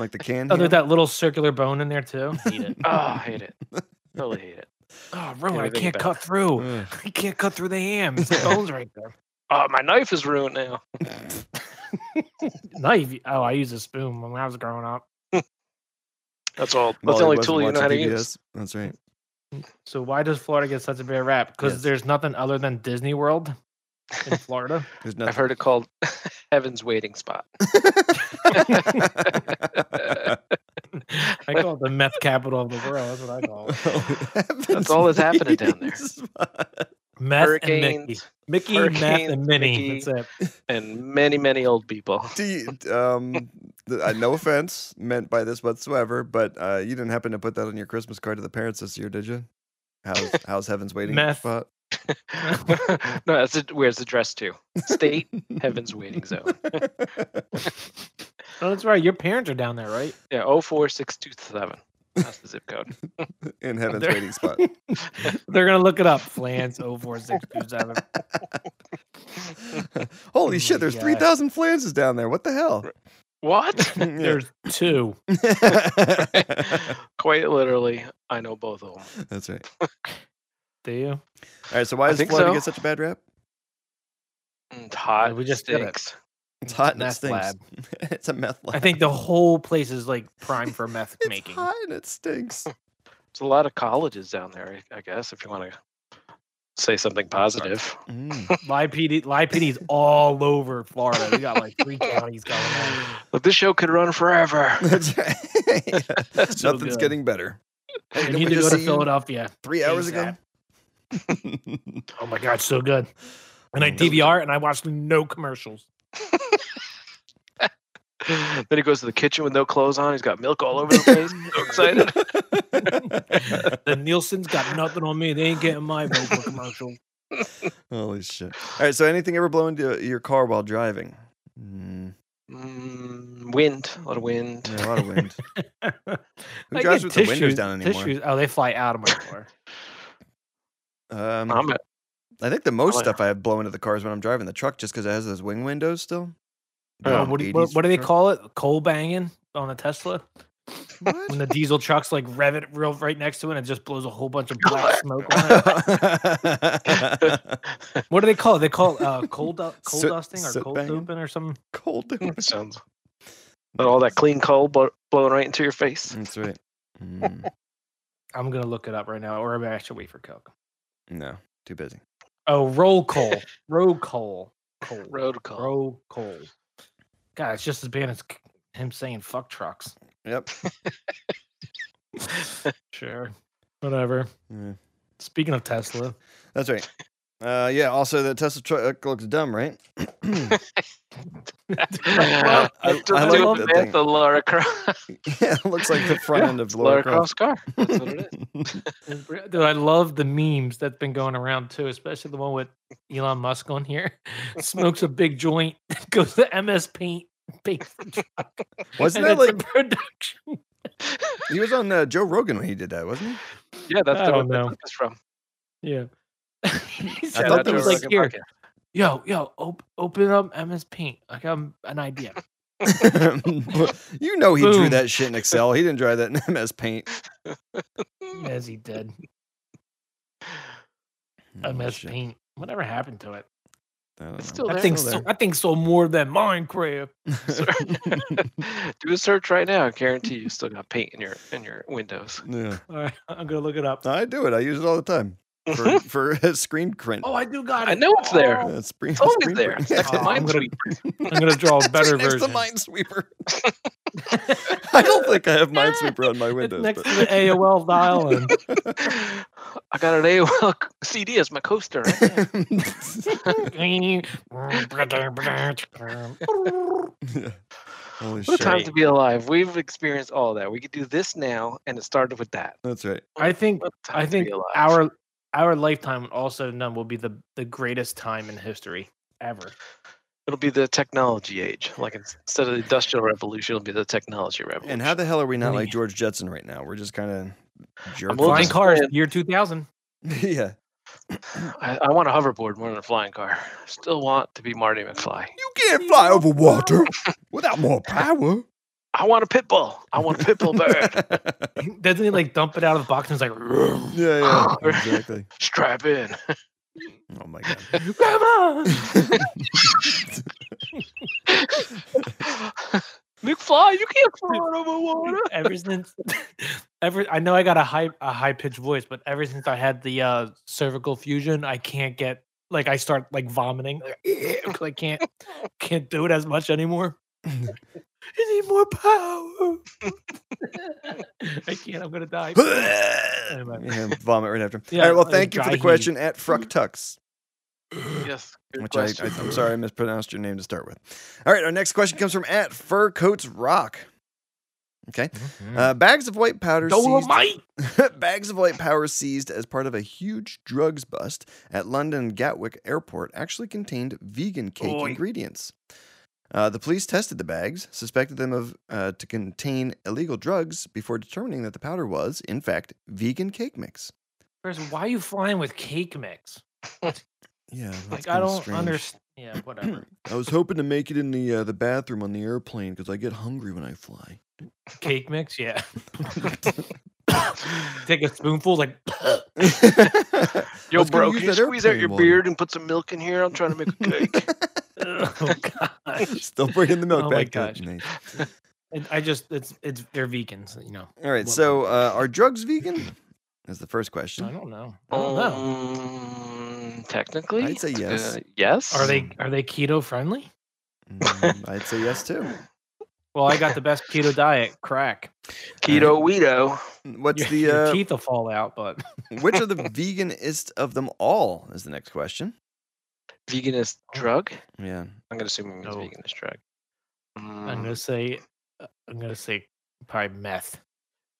B: Like the can?
A: Oh, there's
B: ham?
A: that little circular bone in there too. Eat
F: *laughs*
A: it.
F: oh, I
B: *laughs*
F: hate it. Totally hate it.
A: *laughs* Oh, Rowan, I
F: everything
A: can't
F: about
A: cut
B: *laughs*
F: it.
A: through.
B: Ugh.
A: I can't cut through the ham.
B: *laughs*
A: It's the bones right there.
F: Oh, my knife is ruined now.
A: Knife. Oh, I used a spoon when I was growing up.
F: That's all. That's
B: Molly
F: the only
B: wasn't
F: tool you know
B: watching
F: how to
B: PBS.
F: use.
B: That's right.
A: So why does Florida get such a bad rap? Because
B: Yes.
A: there's nothing other than Disney World
B: *laughs*
A: in Florida.
B: There's *laughs*
F: I've
B: nothing.
F: heard it called *laughs* Heaven's Waiting Spot. Uh,
A: I call it the meth capital of the world. That's what I call
B: *laughs*
A: it.
B: That's
F: all that's
B: *laughs*
F: happening down there.
A: Meth and Mickey.
F: Hurricanes
A: Mickey, meth,
F: hurricanes,
A: and Minnie.
F: Mickey.
A: That's it.
F: and many, many old people.
B: Do you, um, th- uh, no offense meant by this whatsoever, but uh, you didn't happen to put that on your Christmas card to the parents this year, did you?
A: *laughs*
B: How's, how's Heaven's Waiting
A: Meth.
B: Spot?
F: *laughs* no, that's it. Where's the dress to? State Heaven's Waiting Zone.
A: Oh, that's right. Your parents are down there, right?
F: Yeah, 04627. That's the zip code.
B: *laughs*
F: *laughs*
B: In Heaven's
A: They're- *laughs*
B: Waiting Spot.
A: They're gonna look it up. Flans oh, 04627.
B: Holy
A: Oh
B: shit,
A: my
B: there's
A: God.
B: 3,000 flanges down there. What the hell?
F: What?
B: *laughs* *laughs*
F: *laughs*
B: Yeah.
A: There's two.
F: Quite literally, I know both of them.
B: That's right.
A: Do you?
B: All right, so why
F: I
B: does
F: think
B: Florida
F: so.
B: get such a bad rap?
F: It's Mm, hot.
A: we
F: we
A: just
F: just
A: did it.
F: stinks.
B: It's hot and it
A: Meth
B: stinks.
A: lab.
B: *laughs* it's a meth lab.
A: I think the whole place is like prime for meth
B: *laughs* it's
A: making.
B: hot and
A: *laughs*
B: it stinks.
F: There's a lot of colleges down there, I I guess, if you want to say something positive.
B: Mm. *laughs*
A: Lie PD, Lie PD is all over Florida. We got like
B: *laughs*
A: three counties going on.
F: But this show could run
A: *laughs*
F: forever.
B: That's right. Yeah.
A: so
B: Nothing's
A: good.
B: getting better. Hey,
A: I
B: didn't
A: need
B: we
A: to go
B: just
A: to
B: see you
A: Philadelphia.
B: Three hours
A: ASAP.
B: *laughs* ago.
A: Oh my god, so good. And I
B: Mm.
A: DVR and I watched no *laughs* commercials.
F: then he goes to the kitchen with no clothes on. He's got milk all over the place. so
A: *laughs*
F: excited.
A: The Nielsen's got nothing on me. They ain't getting my vocal commercial.
B: *laughs* Holy shit! All right, so anything ever blow into your car while driving? Mm,
F: Mm, wind, a lot of wind.
B: yeah, a lot of
A: *laughs*
B: wind.
A: Who
B: drives with the windows down anymore?
A: Oh, they fly out of my car.
B: Um,
A: Mm.
F: I'm a-
B: I think the most
F: Oh, yeah.
B: stuff I have blown into the car is when I'm driving the truck, just because it has those wing windows still. Oh,
F: Yeah.
A: Uh, what, do, what, what do they call it? Coal banging on a Tesla? When the diesel trucks like rev it real right next to it and it just blows a whole
B: *laughs*
A: bunch of black smoke on it. What do they call it? They call it uh, coal, du- coal
B: Soot-
A: dusting or
B: soot
A: coal
B: banging?
A: doping or something.
B: *laughs*
F: *laughs*
B: Cold.
F: That sounds. But all that clean coal blo- blowing right into your face.
B: That's right. Mm,
A: I'm going to look it up right now or I'm actually wait for Coke.
B: no, too busy.
A: Oh, roll coal. roll coal. Coal.
F: Road coal. *laughs*
A: Roll coal. God, it's just as bad as c- him saying fuck trucks.
F: *laughs*
B: Yep.
A: Sure. Whatever.
B: Yeah.
A: Speaking of Tesla, *laughs*
B: That's right. Uh, yeah. Also, the Tesla truck looks dumb,
A: *laughs*
B: right? *laughs*
F: *laughs* I,
B: I like that thing.
F: the Laura *laughs* Croft.
B: yeah, it looks like the front
F: Yeah,
B: end of Laura
F: Laura
B: Croft.
F: Croft's car. *laughs* That's what it
A: *laughs* It's re- Dude, I love the memes that's been going around too, especially the one with Elon Musk on here. *laughs* Smokes a big joint, *laughs* goes to MS Paint, *laughs* paint for truck,
B: *laughs* Wasn't
A: *laughs* and
B: that
A: it's
B: like
A: a production. *laughs*
B: he was on uh, Joe Rogan when he did that, wasn't he?
F: is. Yeah, that's
A: I
F: the
A: don't
F: one that
A: know.
F: clip is from.
A: Yeah. He
B: I
A: said
B: thought
A: that
B: that
A: it
B: was
A: was
B: like
A: like here, yo, yo, op- open up MS Paint. I got an idea. *laughs*
B: *laughs* you know he drew
A: Boom.
B: that shit in Excel. He didn't draw that in *laughs* MS Paint.
A: As he did,
B: Oh,
A: MS
B: shit.
A: Paint. Whatever happened to it?
B: I don't
F: It's
B: know.
F: still
A: I
F: there.
A: think
B: Still
A: so. I think so more than Minecraft.
F: *laughs*
B: *laughs*
F: Do a search right now. I guarantee you still got paint in your in your windows.
B: *laughs* yeah.
A: All right, *laughs* I'm gonna look it
F: Uh,
A: up.
B: I do it. I use it all the time
A: *laughs*
B: for, for *laughs* a screen print.
A: Oh, I do got it.
F: I know it's there.
A: Oh, *laughs*
F: *laughs*
B: Uh, screen, *laughs*
F: It's always
B: screen
F: there.
B: print.
F: It's next
B: *laughs*
F: to
A: Oh,
F: *laughs*
A: I'm gonna-
F: Minesweeper.
A: I'm gonna draw a
B: It's
A: better
B: right next
A: version.
B: to Minesweeper. I don't think I have Minesweeper on my
A: It's
B: windows.
A: next
B: but-
A: to the
B: *laughs*
A: AOL dial
F: *laughs*
A: and
F: I got an *laughs* AOL CD as my coaster.
B: *laughs*
F: Right there. *laughs*
B: Yeah. Holy
F: What a time
B: shit.
F: to be alive. We've experienced all that. We could do this now, and it started with that.
B: That's right.
A: I think
F: What a time
A: I
F: to be
A: think
F: alive.
A: our our lifetime also none will be the the greatest time in history ever.
F: It'll be the technology age. Like ins- instead of the industrial revolution, it'll be the technology revolution.
B: And how the hell are we not
A: Really?
B: like George Jetson right now? We're just kind of jerks. *laughs*
F: We'll
A: Flying
F: just
A: cars,
F: plan-
A: year two thousand.
B: yeah.
F: I, I want a hoverboard more than a flying car. Still want to be Marty McFly.
B: You can't fly over
F: *laughs*
B: water without more power.
F: I want a pit bull. I want a pit bull bird.
A: *laughs* Doesn't he like dump it out of the box and it's like,
B: *laughs* yeah,
F: *laughs*
B: yeah, exactly.
F: Strap in. *laughs*
B: Oh my god. *laughs*
A: Grandma!
F: McFly, you can't fly over water.
A: ever since *laughs* ever I know I got a high a high pitched voice, but ever since I had the uh cervical fusion, I can't get like I start like vomiting. *laughs* Like, I can't can't do it as much anymore. I need more power. *laughs* I can't, I'm gonna
B: *laughs*
A: die.
B: yeah, vomit right after.
A: Yeah,
B: All right, well,
F: uh,
A: like
B: thank you for
A: dry
B: the
A: heat.
B: question
F: *laughs*
B: at Fructux,
F: Yes. good
B: which I,
F: question.
B: I, I'm sorry I mispronounced your name to start with. All right, our next question comes from at Furcoats Rock. Okay.
F: Mm-hmm.
B: Uh, bags of white powder seized
A: Dolomite!
B: *laughs* bags of white powder seized as part of a huge drugs bust at London Gatwick Airport actually contained vegan cake
A: Oy.
B: ingredients. Uh, the police tested the bags, suspected them of uh, to contain illegal drugs before determining that the powder was, in fact, vegan cake mix.
A: First, why are you flying with cake mix?
B: Yeah,
A: Like I don't understand. *laughs* Yeah, whatever.
B: I was hoping to make it in the uh, the bathroom on the airplane because I get hungry when I *laughs* fly.
A: cake mix, yeah. *laughs* Take a spoonful, like *laughs*
F: Yo,
B: Let's go
F: bro,
B: use
F: can you
B: that
F: squeeze out
B: airplane
F: your
B: water.
F: beard and put some milk in here? I'm trying to make
B: *laughs*
F: a cake.
A: oh gosh.
B: Still bringing the milk
A: Oh my
B: back. to it.
A: gosh.
B: Nice.
A: And I just it's it's they're vegans, you know.
B: All right,
A: What
B: so uh,
A: *laughs*
B: are drugs vegan? Is the first
A: I
B: question.
A: don't know. I don't know.
F: um, technically,
B: I'd say
F: it's a
B: yes.
F: good- yes.
A: Are
B: hmm.
A: they are they keto friendly?
B: Mm, I'd say yes
A: *laughs*
B: too.
A: Well, I
B: *laughs*
A: got the best keto diet, crack.
F: keto weedo?
B: What's
A: your,
B: the
A: your
B: uh,
A: teeth will fall out,
B: *laughs*
A: but
B: which
A: *laughs*
B: of the veganist of them all is the next question?
F: Veganist drug?
B: Yeah,
F: I'm gonna assume it's
A: No.
F: veganist drug.
A: I'm
B: hmm.
A: gonna
F: Mm,
A: say uh, I'm gonna say probably meth.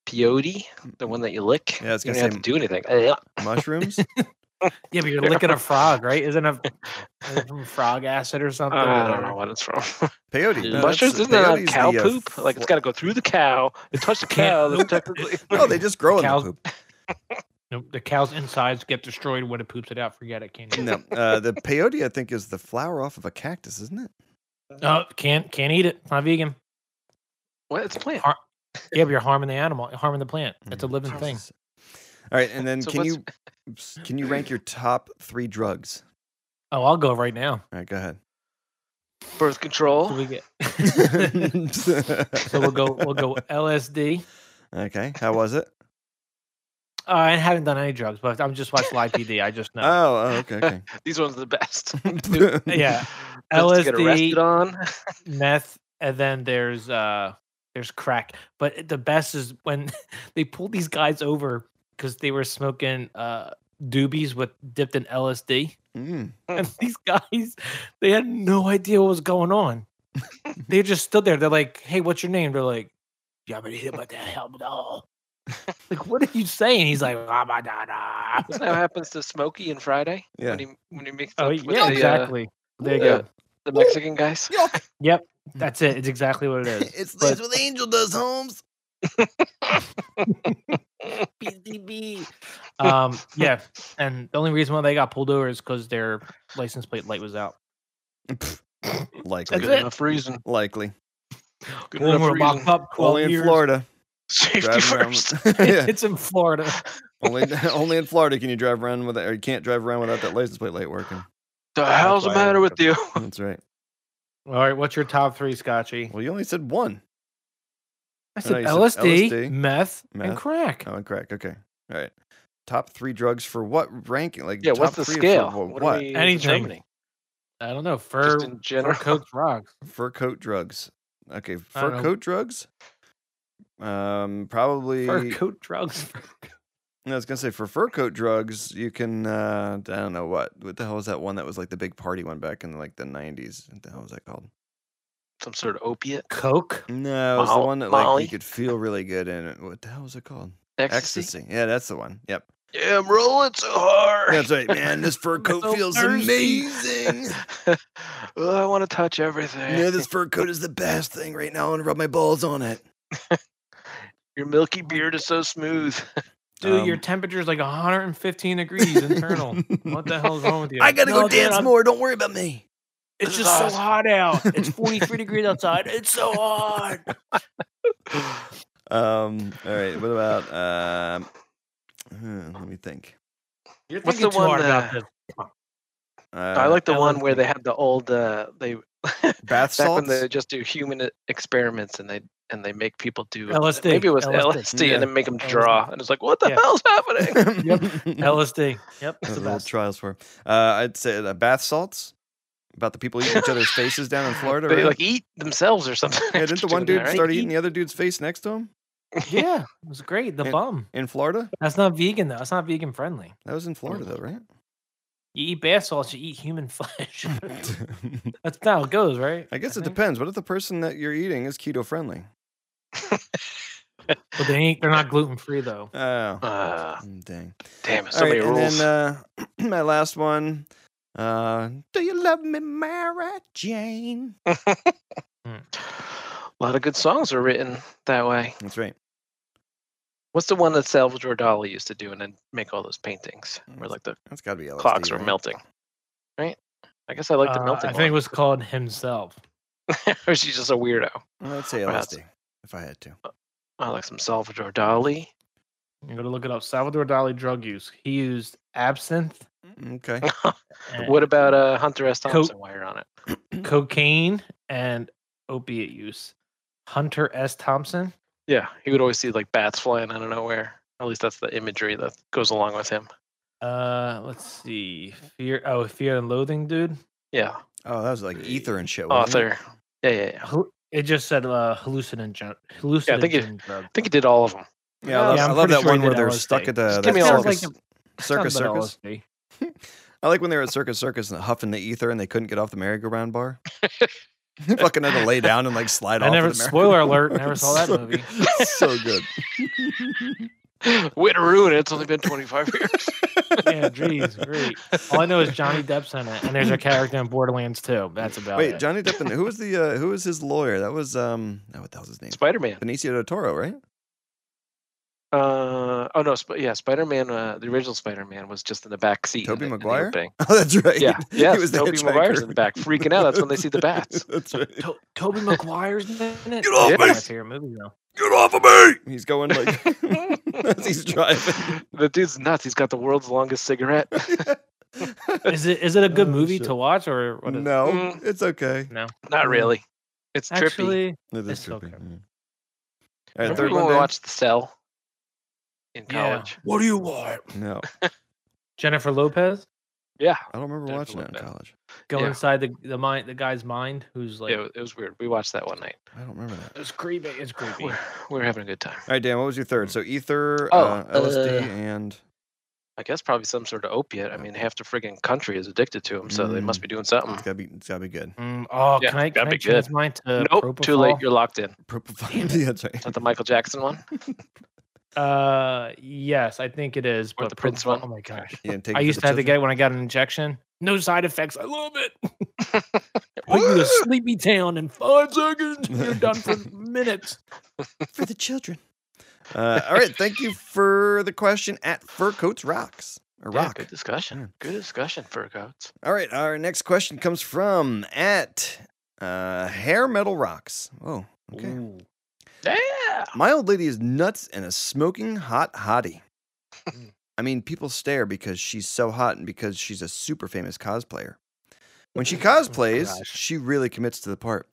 F: peyote, the one that you lick.
B: Yeah, I was
F: you
B: gonna
F: don't have
B: say
F: to do anything.
A: *laughs*
F: Yeah.
B: mushrooms.
A: Yeah, but you're licking
B: *laughs*
A: a frog, right? Isn't it from frog acid or something?
F: I
A: Whatever.
F: don't know what it's from.
B: Peyote. no, that's-
F: Mushrooms isn't that
B: peyote's
F: cow
B: the, uh,
F: poop? like it's
B: fl-
F: got to go through the cow. It touched the
A: *laughs* Can't-
F: cow. That's
A: nope.
F: technically.
A: *laughs*
B: No, they just grow in the
A: Cows-
B: poop.
A: Nope, the cow's insides get destroyed when it poops it out. Forget it. Can't
F: *laughs*
A: eat it.
B: No, uh, the peyote I think is the flower off of a cactus, isn't it?
A: No, can't can't eat it. It's not vegan.
F: *laughs* What? It's a plant.
A: Har- Yeah, but you're harming the animal, you're harming the plant. It's a
B: Mm.
A: living thing.
B: Jesus. All right, and then
F: So
B: can
F: what's-
B: you oops, can you rank your top three drugs?
A: Oh, I'll go right now.
B: All right, go ahead.
F: Birth control.
A: So we get *laughs*
B: *laughs*
A: *laughs* So we'll go we'll *laughs* go LSD.
B: Okay, how was it?
A: Uh, I haven't done any drugs, but I'm just watching live PD. I just know.
B: Oh,
A: *laughs*
B: oh, okay, okay.
F: These ones are
B: *laughs*
F: the best. *laughs*
A: yeah,
F: Just to get arrested
A: LSD.
F: on.
A: meth, and then there's uh there's crack. But it- the best is when *laughs* they pulled these guys over because they were smoking uh doobies with dipped in LSD,
B: Mm.
A: *laughs* and these guys they had no idea what was going on. they just stood there. They're like, "Hey, what's your name?" They're like, "Yeah, but he's about that help all." like, what are you saying? He's like, "Ah, bah, da, da." *laughs*
F: Isn't that what happens to Smokey and Friday? When he when he mixed up
A: Oh
F: with
A: yeah,
F: the, uh,
A: exactly. there you
F: yeah.
A: go.
F: the Mexican guys.
A: That's it. It's exactly what it
B: *laughs*
A: is.
B: it's
A: but-
B: it's what Angel does, Holmes.
A: PDB. um, yeah, and the only reason why they got pulled over is because their license plate light was out.
B: Likely,
A: That's
F: Good
A: it.
F: enough reason.
B: likely.
F: Good
A: When
F: enough
A: we're
F: reason.
A: locked up 12
B: Only in
A: years. *laughs*
B: Florida.
F: *laughs* Safety
B: Driving around
F: first.
B: with- *laughs* yeah.
A: it's in Florida.
B: only, *laughs* only in Florida can you drive around with or you can't drive around without that license plate light working.
F: The hell's the
B: why I
F: matter
B: looked
F: with you?
B: That's right.
A: All right, what's your top three, Scotchy?
B: Well, you only said one.
A: I
B: know
A: said
B: you said
A: LSD,
B: LSD,
A: meth, and
B: meth.
A: crack.
B: Oh, and crack. Okay. All right. Top three drugs for what ranking? Like,
F: Yeah,
B: top
F: what's the
B: three for
F: scale?
B: wha-
F: What
B: What?
F: are we
A: Anything.
F: determining?
A: I don't know. Fur,
F: Just in
A: fur
F: *laughs* general.
A: coats, rocks.
B: *laughs* Fur coat drugs. Okay,
A: I don't
B: fur
A: know.
B: coat drugs. Um, probably.
A: Fur coat drugs. *laughs*
B: I was gonna say for fur coat drugs, you can uh I don't know what. What the hell was that one that was like the big party one back in like the nineties? What the hell was that called?
F: Some sort of opiate?
A: Coke.
B: No, it was the
F: Mol-
B: one that like
F: Molly?
B: you could feel really good in it. What the hell was it called?
F: Ecstasy?
B: Yeah, that's the one.
F: *laughs*
B: Yep.
F: Yeah, I'm rolling so hard.
B: That's right, man. This fur coat
A: so
B: feels
A: thirsty.
F: *laughs*
B: amazing.
F: oh, I want to touch everything.
B: Yeah, this fur coat is the best thing right now. I want to rub my balls on it.
F: Your milky beard is so smooth.
A: Dude, your
B: Um,
A: temperature's like 115 degrees
B: *laughs*
A: internal. what the hell is wrong with you?
B: I gotta
A: No,
B: go
A: dude,
B: dance
A: I'm-
B: more. Don't worry about me.
A: It's
F: This is
A: just so
F: awesome.
A: hot out. It's *laughs* 43 degrees outside. It's so hot.
B: Um. All right. What about um? hmm, let me think.
A: You're
F: What's
A: thinking
F: the one, uh,
A: this.
B: Uh,
F: I like the
A: that
F: one
A: one's
F: where they
A: good.
F: had the old uh, they *laughs*
B: bath
F: back when
B: salts.
F: they just do human e- experiments and they and they make people do uh,
A: LSD,
F: Maybe it was
A: LSD,
F: LSD,
B: yeah.
F: and then make them
A: LSD.
F: draw. And it's like, what the
A: Yeah.
F: hell's *laughs* happening?
A: LSD. Yep, it's
B: Those
A: the
B: little
A: best.
B: trials for. 'em. Uh, I'd say uh, bath salts. About the people eating each other's faces *laughs* down
F: *laughs*
B: in Florida.
F: They
B: right?
F: like eat themselves or something. *laughs*
B: yeah, didn't the
F: Keep
B: one
F: doing
B: dude
F: that,
B: start eating the other dude's face next to him
A: *laughs* yeah, it was great. The
B: And-
A: bum.
B: in Florida?
A: That's not vegan though. That's not vegan friendly.
B: That
F: *laughs*
B: was in Florida, though, right?
A: You eat bath salts, you eat human *laughs*
B: *laughs*
A: flesh. That's how it goes, right?
B: I guess it
A: think.
B: depends. What if the person that you're eating is keto friendly?
A: But they ain't. They're not gluten free though.
B: Oh,
F: Uh,
B: mm, dang.
F: damn,
B: All
F: so
B: right,
F: many
B: and
F: rules.
B: then uh, *clears throat* my last one. Uh, do you love me, Mara Jane?
F: *laughs* Hmm. a lot of good songs were written that way.
B: That's right.
F: What's the one that Salvador Dali used to do and then make all those paintings
A: Mm,
F: where like the
B: That's got to be LSD.
F: clocks were
B: right?
F: melting? Right? I guess I like the
A: Uh,
F: melting.
A: I think it was called himself.
F: one. *laughs* or she's just a weirdo.
B: I'd say
F: Or that's-
B: LSD if I had to.
F: I like some Salvador Dali. *laughs*
A: You're gonna look it up. Salvador Dali drug use. He used absinthe,
F: Mm.
B: Okay.
A: and
B: *clears throat*
F: what about uh, Hunter S.
A: Co-
F: Thompson while you're on it?
A: cocaine, and opiate use. Hunter S. Thompson.
F: Yeah, he would always see like bats flying out of nowhere. At least that's the imagery that goes along with him.
A: Uh, let's see. Fear. Oh, fear and loathing, dude.
F: Yeah,
B: Oh, that was like ether and shit. wasn't it?
F: author. Yeah, yeah, yeah.
A: Hal- It just said uh, hallucinogen. Hallucinogen.
F: think it-
A: drug.
F: I think he did all of them.
B: Yeah, I love,
A: Yeah,
B: I
A: I'm
B: love
A: pretty
B: that
A: sure I
B: one where
A: did
B: they're
A: LSD.
B: stuck at uh,
F: Just
B: that
F: give me all
B: circus,
F: of it.
B: circus
A: Sounds about
B: circus.
A: LSD.
B: I like when they were at circus circus and huffing the ether and they couldn't get off the merry-go-round
F: *laughs*
B: bar. They fucking had to lay down and like slide
A: I
B: off. of
A: never-
B: the
A: spoiler alert,
B: merry-go-round.
A: never saw that
B: *laughs* So
A: movie.
B: good. so good.
F: *laughs* Way to ruin it. It's only been 25
A: *laughs*
F: years.
A: *laughs* Yeah, geez, great. All I know is Johnny Depp's in it, and there's a character in Borderlands 2. That's about
B: *laughs* Wait,
A: it.
B: Johnny Depp and who was the uh, who was his lawyer? That was um oh, what the hell's his name?
F: Spider Man.
B: Benicio del Toro, right? *laughs*
F: Uh, oh, no. Sp- yeah, Spider Man, uh, the original Spider Man was just in the back seat.
B: Tobey
F: in the- in the
B: Maguire?
F: opening.
B: Oh, that's right.
F: Yeah,
B: *laughs* He
F: yes,
B: was the
F: Tobey Maguire's in
B: hitchhiker.
F: the back freaking out. That's when they
B: *laughs*
F: see the bats.
B: that's right.
A: To- Toby Maguire's in it.
B: Get off
A: That's
B: me!
A: my favorite movie, though.
B: Get off of me! He's going like
F: *laughs*
B: *laughs* as he's driving.
F: The dude's nuts. He's got the world's
B: *laughs*
F: longest cigarette. *laughs*
A: Is it is it a good
B: Oh,
A: movie
B: shit.
A: to watch or what is it?
B: no,
F: Mm.
B: it's okay.
A: No.
F: Not really. It's trippy.
A: Actually,
B: It
A: It's
B: is trippy.
A: okay.
B: yeah. All right,
F: Remember
B: third
F: when
B: one.
F: we
B: Dan?
F: watched The Cell in
A: Yeah.
F: college?
A: what do you want? *laughs*
B: No,
A: Jennifer Lopez
F: Yeah.
B: I don't remember
F: Jennifer
B: watching that in
F: Lopez.
B: college.
A: go
F: Yeah.
A: inside the the mind the guy's mind who's like
F: it, wa- it was weird. We watched that one night.
B: I don't remember that.
A: it's creepy, it's creepy.
F: We were, we were having a good time.
B: All right, Dan, what was your
A: Hmm.
B: third? So ether,
F: Oh,
B: uh, LSD,
F: uh,
B: and
F: I guess probably some sort of opiate. I mean, half the friggin' country is addicted to them, so they must
B: Mm.
F: be doing something.
B: it's gotta be it's gotta be good. *laughs*
A: Mm, oh,
F: Yeah,
A: can I,
F: that'd
A: can I
F: be
A: change
F: good.
A: mine to
F: nope, too late.
A: propofol?
F: You're locked in.
B: Propofol. *laughs* yeah, that's
F: Is that the Michael Jackson one?
A: *laughs* Uh, yes, I think it is.
F: Or
A: but
F: the Prince
A: propofol-
F: one?
A: Oh my gosh,
B: Yeah, take it
A: I
B: for
A: used
B: the
A: to have to
B: children.
A: get it when I got an injection. No side effects. I love *laughs* it. Put you
B: *laughs*
A: to sleepy town in five seconds. You're done for minutes.
B: for the children. Uh, all right, thank you for the question at Fur Coats Rocks or
F: Yeah,
B: Rock.
F: *laughs* good discussion.
B: Yeah.
F: Good discussion, fur coats.
B: All right, our next question comes from at uh, Hair Metal Rocks. Oh, okay.
F: Yeah.
B: My old lady is nuts and a smoking hot hottie. I mean, people stare because she's so hot and because she's a super famous cosplayer. When she cosplays,
A: gosh.
B: she really commits to the part.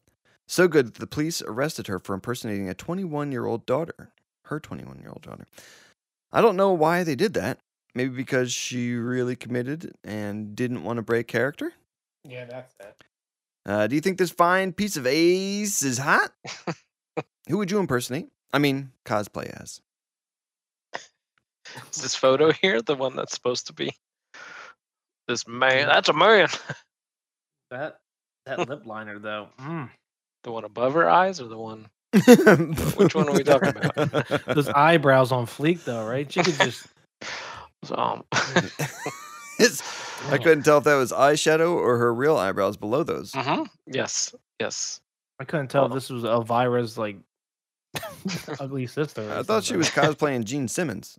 B: So good that the police arrested her for impersonating a 21 year old daughter, her 21 year old daughter. I don't know why they did that. Maybe because she really committed and didn't want to break character?
A: Yeah, that's it.
B: Uh, do you think this fine piece of ace is hot? Who would you impersonate? I mean, cosplay as.
F: Is this photo here the one that's supposed to be? This man. That's a man. *laughs*
A: That that lip liner though. Mm.
F: The one above her eyes or the one? *laughs*
B: Which
F: one are we talking
A: *laughs*
F: about?
A: Those eyebrows on fleek though, right? She could
B: *laughs*
A: just
F: Um,
B: It's- I
F: *laughs*
B: couldn't tell if that was eyeshadow or her real eyebrows below those.
F: mhm, Yes. Yes. *laughs*
A: I couldn't tell if
F: Well-
A: this was Elvira's like ugly sister. or
B: I thought she was
A: something.
B: cosplaying Gene Simmons.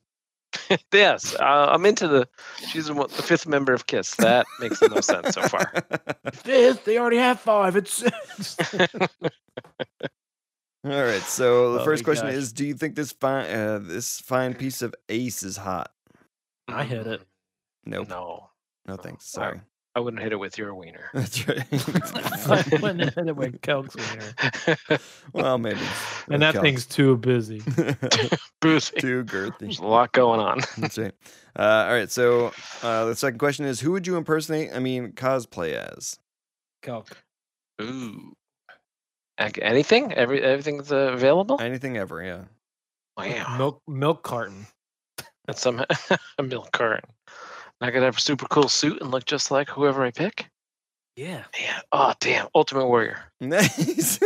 F: yes, uh, I'm into the. She's the one- the fifth member of Kiss. That *laughs* makes the most sense so
B: *laughs*
F: far.
A: *laughs* Fifth, they already have five. It's six. *laughs*
B: All right. So the
A: Oh
B: first
A: my
B: question
A: gosh.
B: is: Do you think this fine uh, this fine piece of ace is hot?
A: I hit it.
B: Nope. No,
F: No,
B: thanks.
F: Wow.
B: Sorry.
F: I wouldn't hit it with your
B: *laughs*
F: wiener. *laughs*
B: That's *laughs* right.
A: Went *laughs* ahead and went Kelk's wiener.
B: well, maybe.
A: And that thing's too busy.
B: thing's
F: *laughs* Boozy.
B: *laughs* too girthy.
F: There's a lot going on.
B: That's right. Uh, all right. So uh, the second question is: Who would you impersonate? I mean, cosplay as?
A: Kelk.
F: Ooh. Ac- Anything? Every everything's uh,
B: *laughs*
F: available.
B: Anything ever? Yeah.
F: Wow.
A: Milk milk carton.
F: That's some *laughs* a milk carton. And I could have a super cool suit and look just like whoever I pick.
A: Yeah.
F: Man, oh damn, Ultimate Warrior.
B: Nice.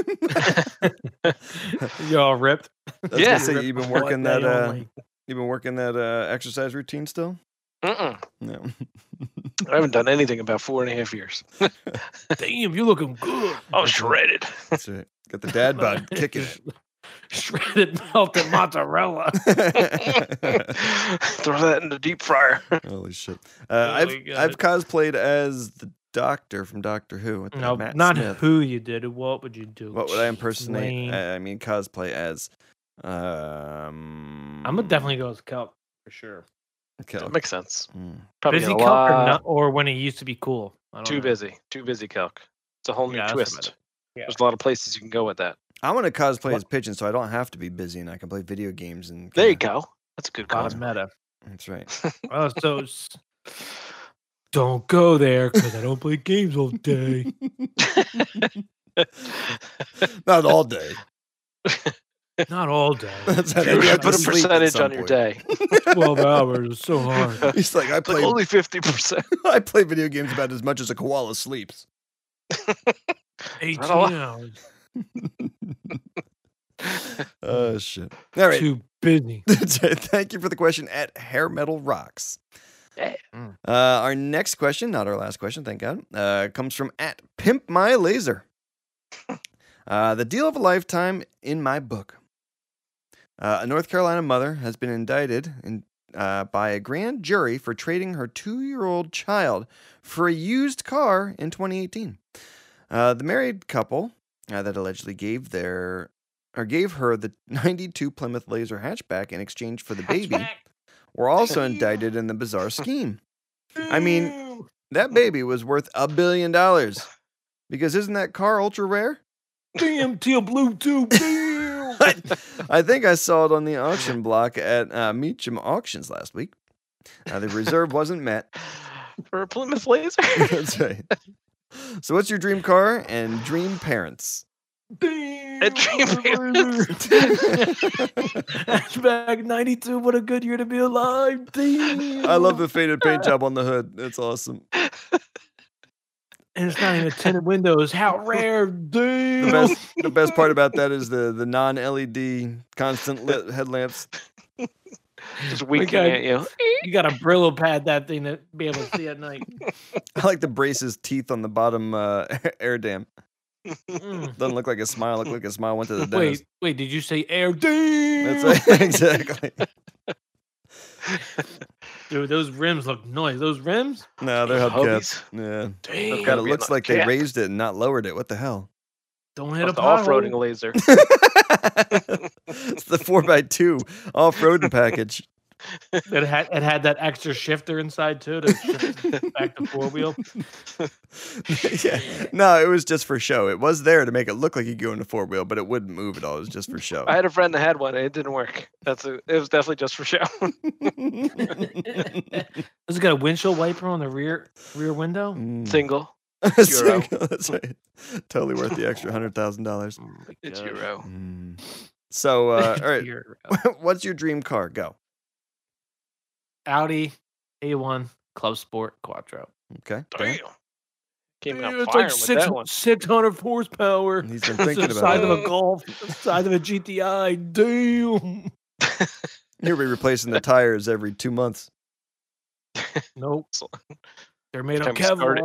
A: *laughs*
B: *laughs*
A: Y'all ripped.
B: I was
F: Yeah.
B: gonna say,
A: Ripped
B: you've been
A: for
B: working
A: one
B: that.
A: day
B: Uh,
A: only.
B: you've been working that uh, exercise routine still?
F: Mm-mm.
B: No.
F: I haven't done anything in about four and a half years.
A: Damn, you looking good.
F: I was shredded.
B: *laughs*
F: *laughs*
B: That's right. Got the *laughs*
A: *laughs*
B: dad bod kicking it.
A: Shredded melted mozzarella. *laughs*
F: Throw that in the deep fryer.
B: *laughs*
F: *laughs*
B: Holy shit! Uh, I've
A: Holy
B: I've cosplayed as the Doctor from Doctor Who. with, uh,
A: No,
B: Matt
A: not
B: Smith.
A: who you did it. What would you do?
B: What would I
A: Jeez,
B: impersonate? Uh,
A: Lane.
B: I, I mean, cosplay as. Um,
A: I'm gonna definitely go with Kelk for sure.
B: Kel-
F: That makes sense.
B: Mm.
F: Probably
A: busy
F: a
A: Kelk or
F: lot-
A: not, or when it used to be cool. I don't
F: Too
A: know.
F: busy. Too busy, Calc. It's a whole new
A: Yeah, that's what I
F: twist.
A: meant. Yeah.
F: There's a lot of places you can go with that.
B: I want to cosplay
A: What-
B: as pigeon, so I don't have to be busy, and I can play video games. And
F: There you
B: kinda-
F: go. That's a good
A: God,
F: cause.
A: it's *laughs*
F: *laughs*
A: meta.
B: That's right.
A: Oh, so s- don't go there because I don't play games all
B: *laughs*
A: day.
B: Not all day.
A: not all day.
B: *laughs* That's how
F: You
B: Maybe I
F: have to put
B: sleep
F: a
B: at
F: percentage
B: some
F: on your
B: point.
A: *laughs* *laughs*
F: day.
A: Twelve hours is so
F: *laughs*
A: hard.
B: *laughs* He's like, I
F: It's like
B: play.
F: only fifty percent.
B: I play video games about as much as a koala sleeps. *laughs*
A: Eighteen
F: a lot.
A: hours.
B: Oh shit! All right.
A: Too
B: *laughs*
A: busy.
B: That's right. Thank you for the question at Hair Metal Rocks.
F: Yeah.
A: Mm.
B: Uh, our next question, not our last question, thank God, uh, comes from at Pimp My Laser. Uh, the deal of a lifetime in my book. Uh, a North Carolina mother has been indicted in, uh, by a grand jury for trading her two year old child for a used car in 2018. Uh, the married couple uh, that allegedly gave their or gave her the *laughs* 92 Plymouth Laser hatchback in exchange for the baby were also indicted in the bizarre scheme. I mean, that baby was worth a billion dollars because isn't that car ultra rare?
A: DMT blue
B: *laughs*
A: tube. damn.
B: I think I saw it on the auction block at uh, Meacham Auctions last week. Uh, the reserve wasn't met. *laughs*
F: For a Plymouth laser.
B: That's right. So, what's your dream car and dream parents?
A: Damn,
F: At Dream
A: I'm a
B: *laughs*
F: Parents. *laughs*
A: Hatchback 92, what a good year to be alive. Damn.
B: I love the faded paint job on the hood. That's awesome.
A: And it's not even tinted windows. How rare. Damn.
B: The best, the best part about that is the the non LED constant lit headlamps.
F: Just winking
A: got-
F: at you.
A: You got a Brillo pad that thing to be able to see at night.
B: I like the braces teeth on the bottom uh, *laughs* air dam. *laughs*
A: Mm.
B: Doesn't look like a smile. Look like a smile went to the dentist.
A: Wait, wait, did you say air? Damn.
B: That's right. *laughs* exactly.
A: Dude, those rims look nice. Those rims?
B: No, they're hubcaps.
F: Hubbies.
B: Yeah.
A: Damn.
B: God,
F: gotta
B: it
F: be
B: looks
F: another
B: like they
F: cat.
B: raised it and not lowered it. What the hell? *laughs*
A: Don't hit
F: That's
A: a *laughs*
F: the off-roading
A: pothole.
F: laser.
B: it's the 4x2 off roading package.
A: It had, it had that extra shifter inside too to shift
F: *laughs*
A: it back to four wheel.
B: *laughs* yeah. No, it was just for show. It was there to make it look like you go into four wheel, but it wouldn't move at all. It was just for show. *laughs*
F: I had a friend that had one and it didn't work. That's a, it was definitely just for show.
B: Hmm.
A: Mm. Does it got a windshield wiper on the rear rear window?
B: Mm. *laughs*
F: *laughs* Single.
B: Single,
F: Euro.
B: That's right. Totally worth the extra hundred thousand
A: Oh
B: dollars.
F: It's Euro.
A: *laughs*
B: So, uh, all right. *laughs*
A: Euro.
B: What's your dream car? Go.
A: Audi A1 Club Sport Quattro.
B: Okay.
F: Damn. Came out
A: Yeah,
F: fire with that one.
A: 600 horsepower.
B: He's
A: *laughs*
B: been
A: It's
B: thinking
A: the
B: about
A: side
B: it.
A: of a Golf, the side of a GTI. Damn.
B: You'll be replacing the tires every two months.
A: Nope.
F: So-
A: They're made of
F: Time to start it.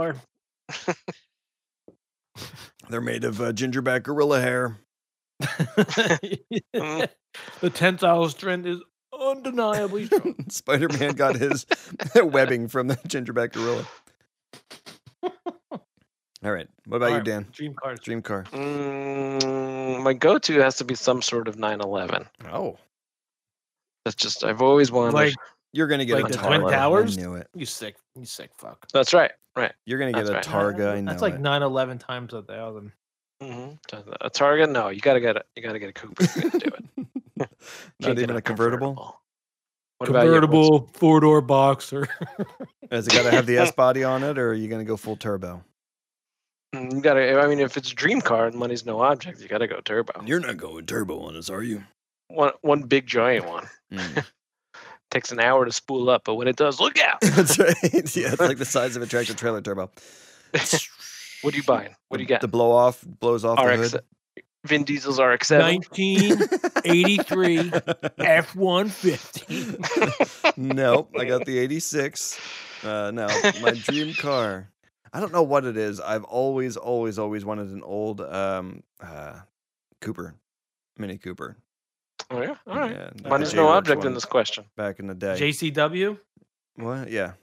A: Kevlar.
B: They're made of uh, gingerback *laughs* gorilla hair.
A: *laughs*
F: *laughs*
A: the tensile strength is undeniably
B: *laughs*
A: strong.
B: Spider Man got his *laughs* webbing from the
A: *laughs*
B: gingerback gorilla. All right. What about
A: All
B: you,
A: right,
B: Dan?
A: Dream cars.
B: Dream car.
F: Mm, my go-to has to be some sort of 911.
B: Oh.
F: That's just I've always wanted.
A: Like-
B: You're going to get
A: Like
B: a
A: the
B: Targa.
A: Twin Towers?
B: I knew it.
A: You sick. You sick fuck.
F: That's right. Right.
B: You're going to get
F: That's
B: a
F: right.
B: Targa. I know
A: That's like
B: it.
A: nine eleven times a thousand.
F: hmm A Targa? No, you gotta get a you gotta get a Cooper. if *laughs* You're gonna do
B: *laughs*
F: it. Can't
B: Not
F: get
B: even a convertible.
F: What about you? What's-
A: Convertible four door boxer.
B: Has it got to have
F: *laughs*
B: the S body on it, or are you going to go full turbo?
F: Mm, You gotta. I mean, if it's a dream car and money's no object, you gotta go turbo.
B: *laughs* You're not going turbo on us, are you?
F: One one big giant one
A: Mm.
F: *laughs* takes an hour to spool up, but when it does, look out!
B: *laughs* That's right. *laughs* Yeah, it's like the size of a tractor trailer turbo.
F: What are you buying? What
A: *laughs*
F: do you got?
B: The blow off blows off
F: RX.
B: the
F: Vin Diesel's
B: *laughs*
F: RX-7.
A: Nineteen eighty three
B: hood.
A: F one fifty.
B: nope, I got the 86. Uh, no, my dream car. I don't know what it is. I've always, always, always wanted an old um, uh, Cooper, Mini Cooper.
F: *laughs* Oh, yeah? All right.
B: Yeah, like the
F: Money's no
B: JRX
F: object in
B: one
F: this question.
B: Back in the day.
A: JCW.
B: What? Yeah.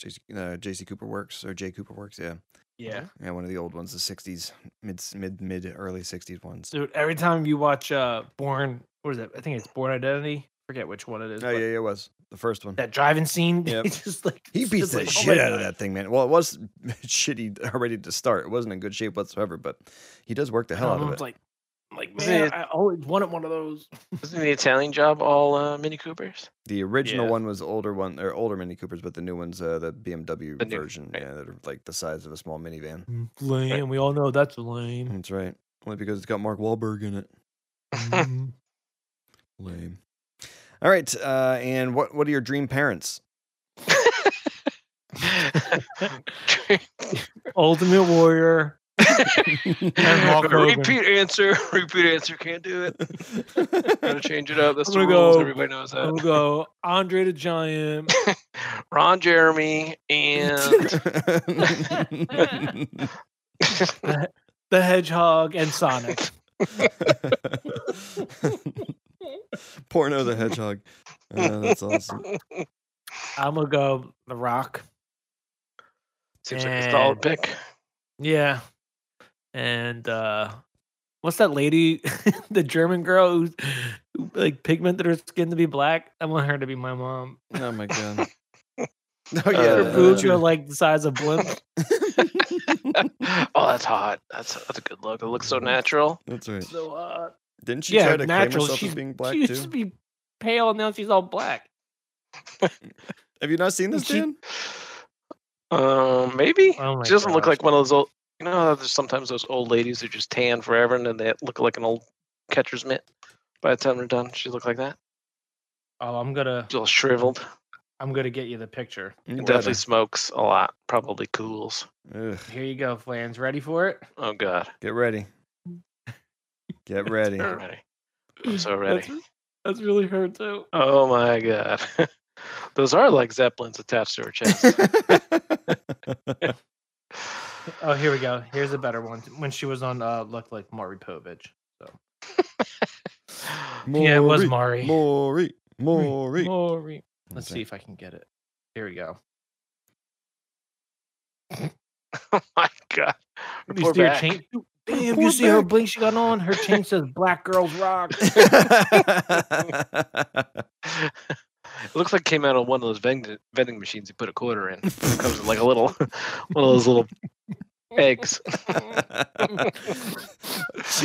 B: JC, uh, JC Cooper Works or J Cooper Works. Yeah.
A: Yeah,
B: Yeah, one of the old ones, the 60s, mid, mid, mid, early 60s ones. Oh,
A: dude. Every time you watch uh Born, what is it? I think it's Born Identity. Forget which one it is.
B: Oh,
A: but
B: yeah, yeah, it was. The first one.
A: That driving scene. *laughs*
B: Yep.
A: It's just like
B: He
A: it's just
B: beats the
A: like, oh my
B: shit out of
A: God.
B: that thing, man. Well, it was *laughs* shitty already to start. It wasn't in good shape whatsoever, but he does work the hell out
A: I'm
B: of it.
A: like, I'm like
F: Is
A: man,
F: it-
A: I always wanted one of those.
F: Isn't the Italian job all uh,
A: *laughs*
F: Mini Coopers? *laughs*
B: The original
A: Yeah.
B: one was older one or older Mini Coopers, but the new one's uh, the BMW
F: The new-
B: version.
F: right.
B: Yeah, that are like the size of a small minivan.
A: Lane, Mm, we all know that's lame.
B: *laughs* That's right. Only because it's got Mark Wahlberg in it.
A: Mhm.
B: Lame. All right, uh, and what what are your
A: *laughs*
B: dream parents? *laughs*
A: Ultimate *laughs* Warrior. Hulk Hogan.
F: repeat answer. *laughs* Repeat answer. Can't do it. Gotta change it
A: *laughs*
F: up. That's the
A: I'm
F: rules.
A: gonna go-
F: Everybody knows
A: I'm
F: that.
A: gonna go Andre the Giant.
F: Ron Jeremy
A: *laughs*
F: and
A: The Hedgehog and Sonic.
B: *laughs* Porno the Hedgehog. Uh, that's awesome.
A: I'm gonna go The Rock.
F: seems like a solid pick.
A: Yeah. And uh what's that lady, *laughs* the German girl who, who like pigmented her skin to be black? I want her to be my mom.
B: Oh my god.
A: *laughs*
B: Oh
F: Uh,
A: Her
F: Yeah.
A: boobs
B: yeah.
A: are like the size of
B: *laughs*
A: blimp.
F: oh, that's hot. That's that's a good look. It looks
A: Mm-hmm.
F: so natural.
B: That's right.
A: so uh
B: Didn't she
A: yeah,
B: try to claim
A: natural.
B: herself
A: She's-
B: as being black
A: she used
B: too?
A: to be pale and now she's all black.
B: Have you not seen this,
A: she-
B: Dan?
F: Um, maybe
A: Oh my
F: she doesn't look
A: gosh.
F: like one of those old. You know, how there's sometimes those old ladies who just tan forever and then they look like an old catcher's mitt. By the time they're done, she look like that.
A: Oh, I'm gonna
F: She's all shriveled.
A: I'm gonna get you the picture.
F: And definitely smokes a lot. Probably cools.
B: Ugh,
A: Here you go, Flans. Ready for it?
F: Oh God,
B: get *laughs* ready. Get ready.
F: I'm ready.
A: *clears throat*
F: I'm so
A: That's-
F: ready.
A: That's really her too.
F: Oh my God, *laughs* those are like zeppelins attached to her
B: *laughs*
A: *laughs*
F: chest. *laughs*
A: Oh, here we go. Here's a better one. When she was on, uh, looked like Mari Povich.
B: *laughs*
A: yeah, it was Mari.
B: Maury. Maury.
A: Maury. Let's
B: That's
A: see
B: right.
A: if I can get it. Here we go.
F: oh my God.
A: You
F: Report
A: see her
F: back.
A: chain- Dude, Damn, you
B: Report
A: see her
B: back.
A: blink she got on? Her chain *laughs* says Black Girls *laughs* Rock.
F: it looks like it came out of one of those vending, vending machines you put a quarter in. It comes
B: *laughs*
F: with like a little *laughs* one of those little
A: *laughs*
F: eggs.
B: she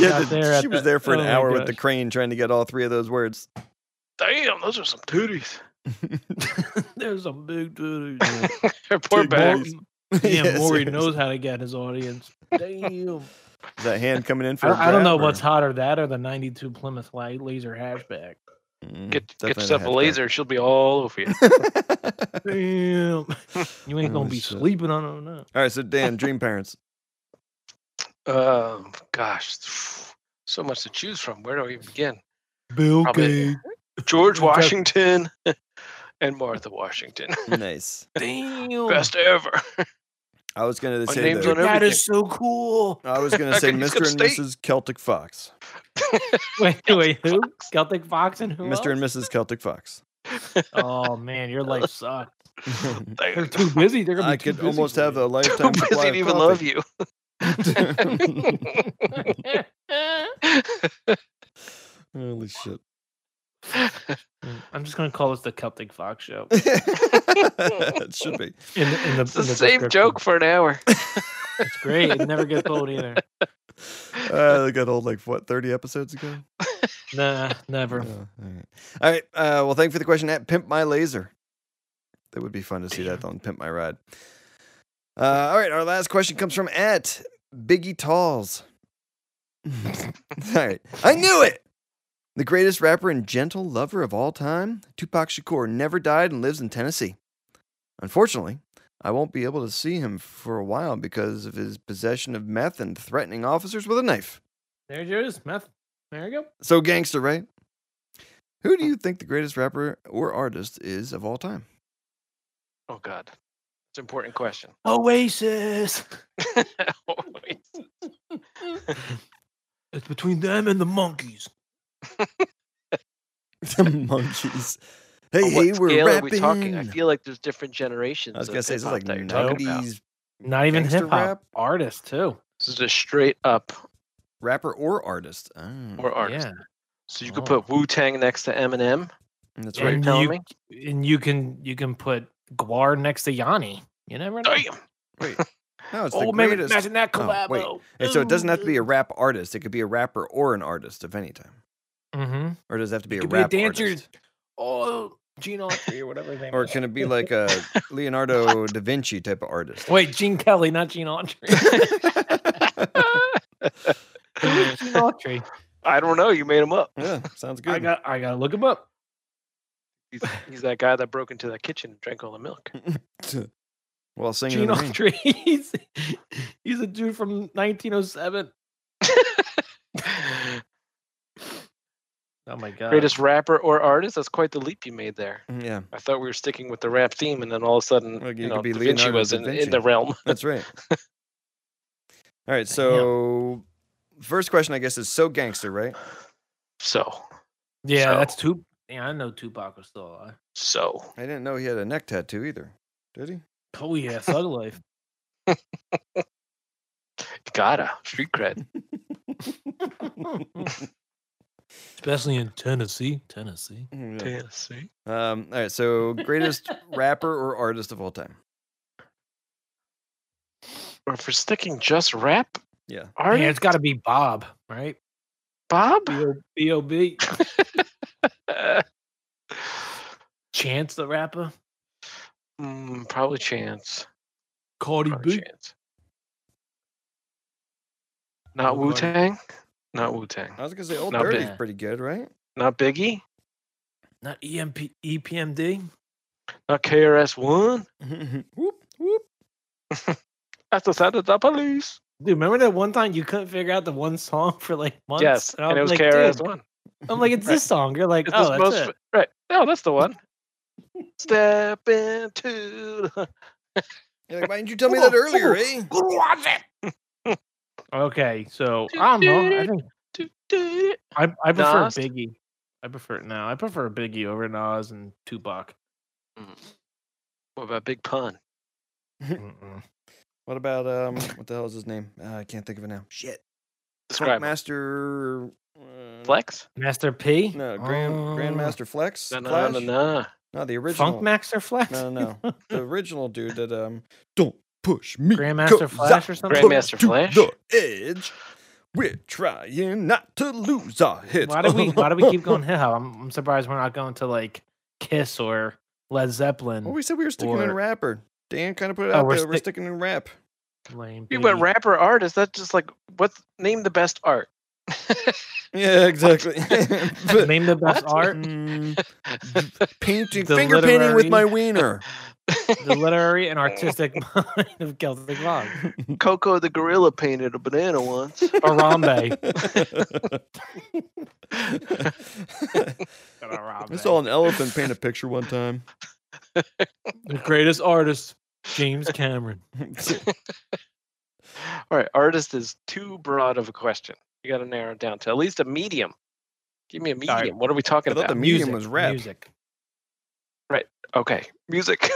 B: had
A: Got
B: to-
A: there at
B: she
A: the-
B: was there for an
A: oh my
B: hour with the
A: gosh.
B: crane trying to get all three of those words.
F: Damn, those are some tooties.
B: *laughs*
A: There's some big *laughs* dude.
F: *laughs* Report
B: Big
F: back.
A: Mm,
B: balls.
A: Damn,
B: Yes,
A: Maury
B: yes.
A: knows how to get his audience. Damn.
B: Is that hand coming in for? a
A: I, I don't know
B: grab,
A: what's
B: or-
A: hotter, that or the 92 Plymouth Light Laser Hatchback.
B: Mm,
F: Get, get
B: definitely
F: yourself
B: the
F: a
B: hatchback.
F: laser. She'll be all over you.
A: Damn. *laughs* You ain't
B: Oh,
A: going to be
B: shit.
A: sleeping on that.
B: *laughs* All right, so
F: *laughs*
B: Dan, dream parents.
F: Um, gosh, so much to choose from. Where do we even begin?
A: Bill
F: Probably-
A: *laughs*
F: George
A: Exactly.
F: Washington *laughs* and Martha Washington.
B: Nice.
A: Damn.
F: Best ever.
B: I was going to
F: My
B: say
F: name's
B: though,
F: on
A: That is
F: everything.
A: so cool.
B: I was
F: *laughs*
B: going to say
F: He's got
B: Mr. and
F: state.
B: Mrs. Celtic Fox.
A: *laughs* Wait, wait, *laughs* who? Celtic Fox and who?
B: Mr. and Mrs. Celtic Fox.
A: else? Oh man, your life sucks. *laughs* They're
F: They're
A: too busy. They're gonna be
B: I
A: too
B: could
A: busy
B: almost
A: for
F: *laughs*
A: *laughs*
B: have a
A: you.
F: too
B: lifetime
F: busy
B: supply
F: to
B: of
F: even
B: coffee.
F: love you.
B: Holy shit.
A: *laughs*
F: *laughs*
A: I'm just gonna call this the Celtic Fox show.
B: *laughs* it should
F: *laughs*
B: be.
A: In the, in the,
F: It's the
A: in the
F: same joke
A: description.
F: for
A: *laughs*
F: an hour.
A: It's great. It never gets old either.
B: Uh, they got old like what, 30 episodes ago?
A: Nah, never.
B: Oh, all right. All right. Uh, well, thank you for the question at Pimp My Laser. That would be fun to see that on Pimp My Ride. Uh, all right. Our last question comes from at Biggie Talls. all right. I knew it. The greatest rapper and gentle lover of all time, Tupac Shakur, never died and lives in Tennessee. Unfortunately, I won't be able to see him for a while because of his possession of meth and threatening officers with a knife.
A: There it is. Meth. There you go.
B: So gangster, right? Who do you think the greatest rapper or artist is of all time?
F: Oh God, it's an important *laughs* question.
A: Oasis. It's between them and the monkeys.
B: *laughs* The monkeys. Hey,
F: On what
B: hey, we're
F: scale
B: rapping.
F: are we talking? I feel like there's different generations.
B: I was
F: of
B: gonna say this is
F: hip-hop
B: like
F: that you're talking about.
B: nineties
A: Not even
B: Gangster
A: hip
B: rap?
A: hop artist too.
F: This is just straight up
B: rapper or artist. Oh,
F: or artist.
A: Mm, Yeah.
F: So you could
A: Oh.
F: put Wu Tang next to Eminem.
B: that's
F: what
B: right.
F: you're
A: And
F: telling
A: you, and you can you can put Guar next to Yanni. You never know.
B: *laughs*
F: Damn. *laughs*
B: No, it's the
A: Oh man,
B: greatest.
A: imagine that
B: Oh,
A: collab.
B: wait. And so it doesn't have to be a rap artist. It could be a rapper or an artist of any time.
A: Mm-hmm.
B: Or does it have to be a
A: could be a
B: rap
A: dancer.
B: artist?
A: Oh, Gene Autry or whatever his name.
B: Or
A: is.
B: can it be like
F: *laughs*
B: a Leonardo da Vinci type of artist?
A: Wait, Gene Kelly, not Gene Autry.
F: *laughs*
A: Who's Gene Autry.
F: I don't know. You made him up.
B: yeah, sounds good.
A: I got I gotta look him up.
F: He's, he's that guy that broke into that kitchen and drank all
A: *laughs*
F: the milk.
B: *laughs* While singing in
A: Gene
B: the rain.
A: Autry. *laughs* He's, he's a dude from 1907. Oh my god.
F: Greatest rapper or artist? That's quite the leap you made there.
B: Mm, Yeah,
F: I thought we were sticking with the rap theme, and then all of a sudden,
B: Well, you
F: you
B: could
F: know,
B: be
F: Da Vinci
B: Leonardo
F: was
B: da
F: in,
B: Vinci.
F: in the realm. *laughs*
A: *laughs*
B: that's right.
A: Uh,
B: All right, so first question, I guess, is so gangster, right?
F: So,
A: Yeah,
F: So-
A: that's two. Yeah, I know Tupac was still alive.
F: so
B: I didn't know he had a neck tattoo either. Did he?
A: Oh yeah, Thug Life.
F: gotta street cred.
A: *laughs* Especially in Tennessee. Tennessee.
B: Oh, Yeah.
F: Tennessee.
B: Um, all right, so greatest rapper or artist of all time?
F: Or for sticking just rap,
B: Yeah,
F: Artie
A: Yeah, it's got to be Bob, right?
F: Bob.
A: B O B.
F: *laughs* Uh,
A: Chance the rapper.
F: mm, probably Chance.
A: Cardi
F: Probably
A: B.
F: Chance. Not
A: Lil
F: Wu
A: Cardi.
F: Tang. Not Wu Tang.
B: I was gonna say Old
F: Not
B: Dirty's
A: bad.
B: pretty good, right? *laughs*
F: Not Biggie.
A: Not E EMP EPMD.
F: Not KRS One.
B: whoop whoop.
F: That's the sound of the police.
A: Dude, remember that one time you couldn't figure out the one song *laughs* for like months?
F: Yes,
A: I
F: and it was
A: like,
F: KRS
A: "Dude,"
F: One.
A: I'm like, it's
F: *laughs* Right.
A: this song. You're like,
F: It's
A: oh,
F: oh,
A: that's
F: most
A: it.
F: right. No, that's the *laughs* one. Step into. the- *laughs*
A: *laughs*
B: You're like, why didn't you tell me
A: Whoa,
B: that earlier,
A: whoa.
B: eh?
A: Okay, so I don't know. I think
F: do, do.
A: I, I prefer
F: Nas?
A: Biggie. I prefer no. I prefer Biggie over Nas and Tupac.
F: What about Big Pun?
A: Mm-mm.
B: What about um? What the hell is his name? Uh, I can't think of it now. Shit.
F: Describe him.
B: Master. Uh,
F: Flex?
A: Master P.
B: No, Grand
A: Oh.
B: Grandmaster Flex.
F: No, no, no,
B: Flash?
F: no, no.
B: No, the original.
A: Funk Master Flex.
B: No, no, no. the original dude that um, don't push me.
A: *laughs* Grandmaster
B: 'cause
A: Flash
B: I
A: or something?
B: push
F: Grandmaster
B: to
F: Flash?
B: The edge. We're trying not to lose our heads.
A: Why do we Why do we keep going hip hop? I'm, I'm surprised we're not going to like Kiss or Led Zeppelin.
B: *laughs* Well, we said we were sticking in
A: Or-
B: rapper. Dan kind of put it
A: Oh,
B: out
A: we're
B: there. we're
A: stick-
B: sticking in rap.
A: Lame
F: You
A: Biggie.
F: went rapper artist. That's just like what? Name the best *laughs* art.
B: Yeah, exactly. *laughs* But-
A: Name the best
F: What?
A: art,
B: Mm, painting,
A: The
B: finger painting with my
A: literary-
B: wiener.
A: the literary and *laughs* artistic mind of Celtic Rock.
F: Coco the gorilla painted a banana *laughs*
A: *laughs*
F: once.
A: Arambe.
B: *laughs*
A: *laughs*
B: I saw an elephant paint a picture one time.
A: The greatest artist James Cameron.
F: All right, artist is too broad of a question. You got to narrow it down to at least a medium. Give me a medium.
A: Sorry.
F: What are we talking
B: I thought
F: about?
B: the medium was rap.
A: Music.
F: okay, *laughs* music.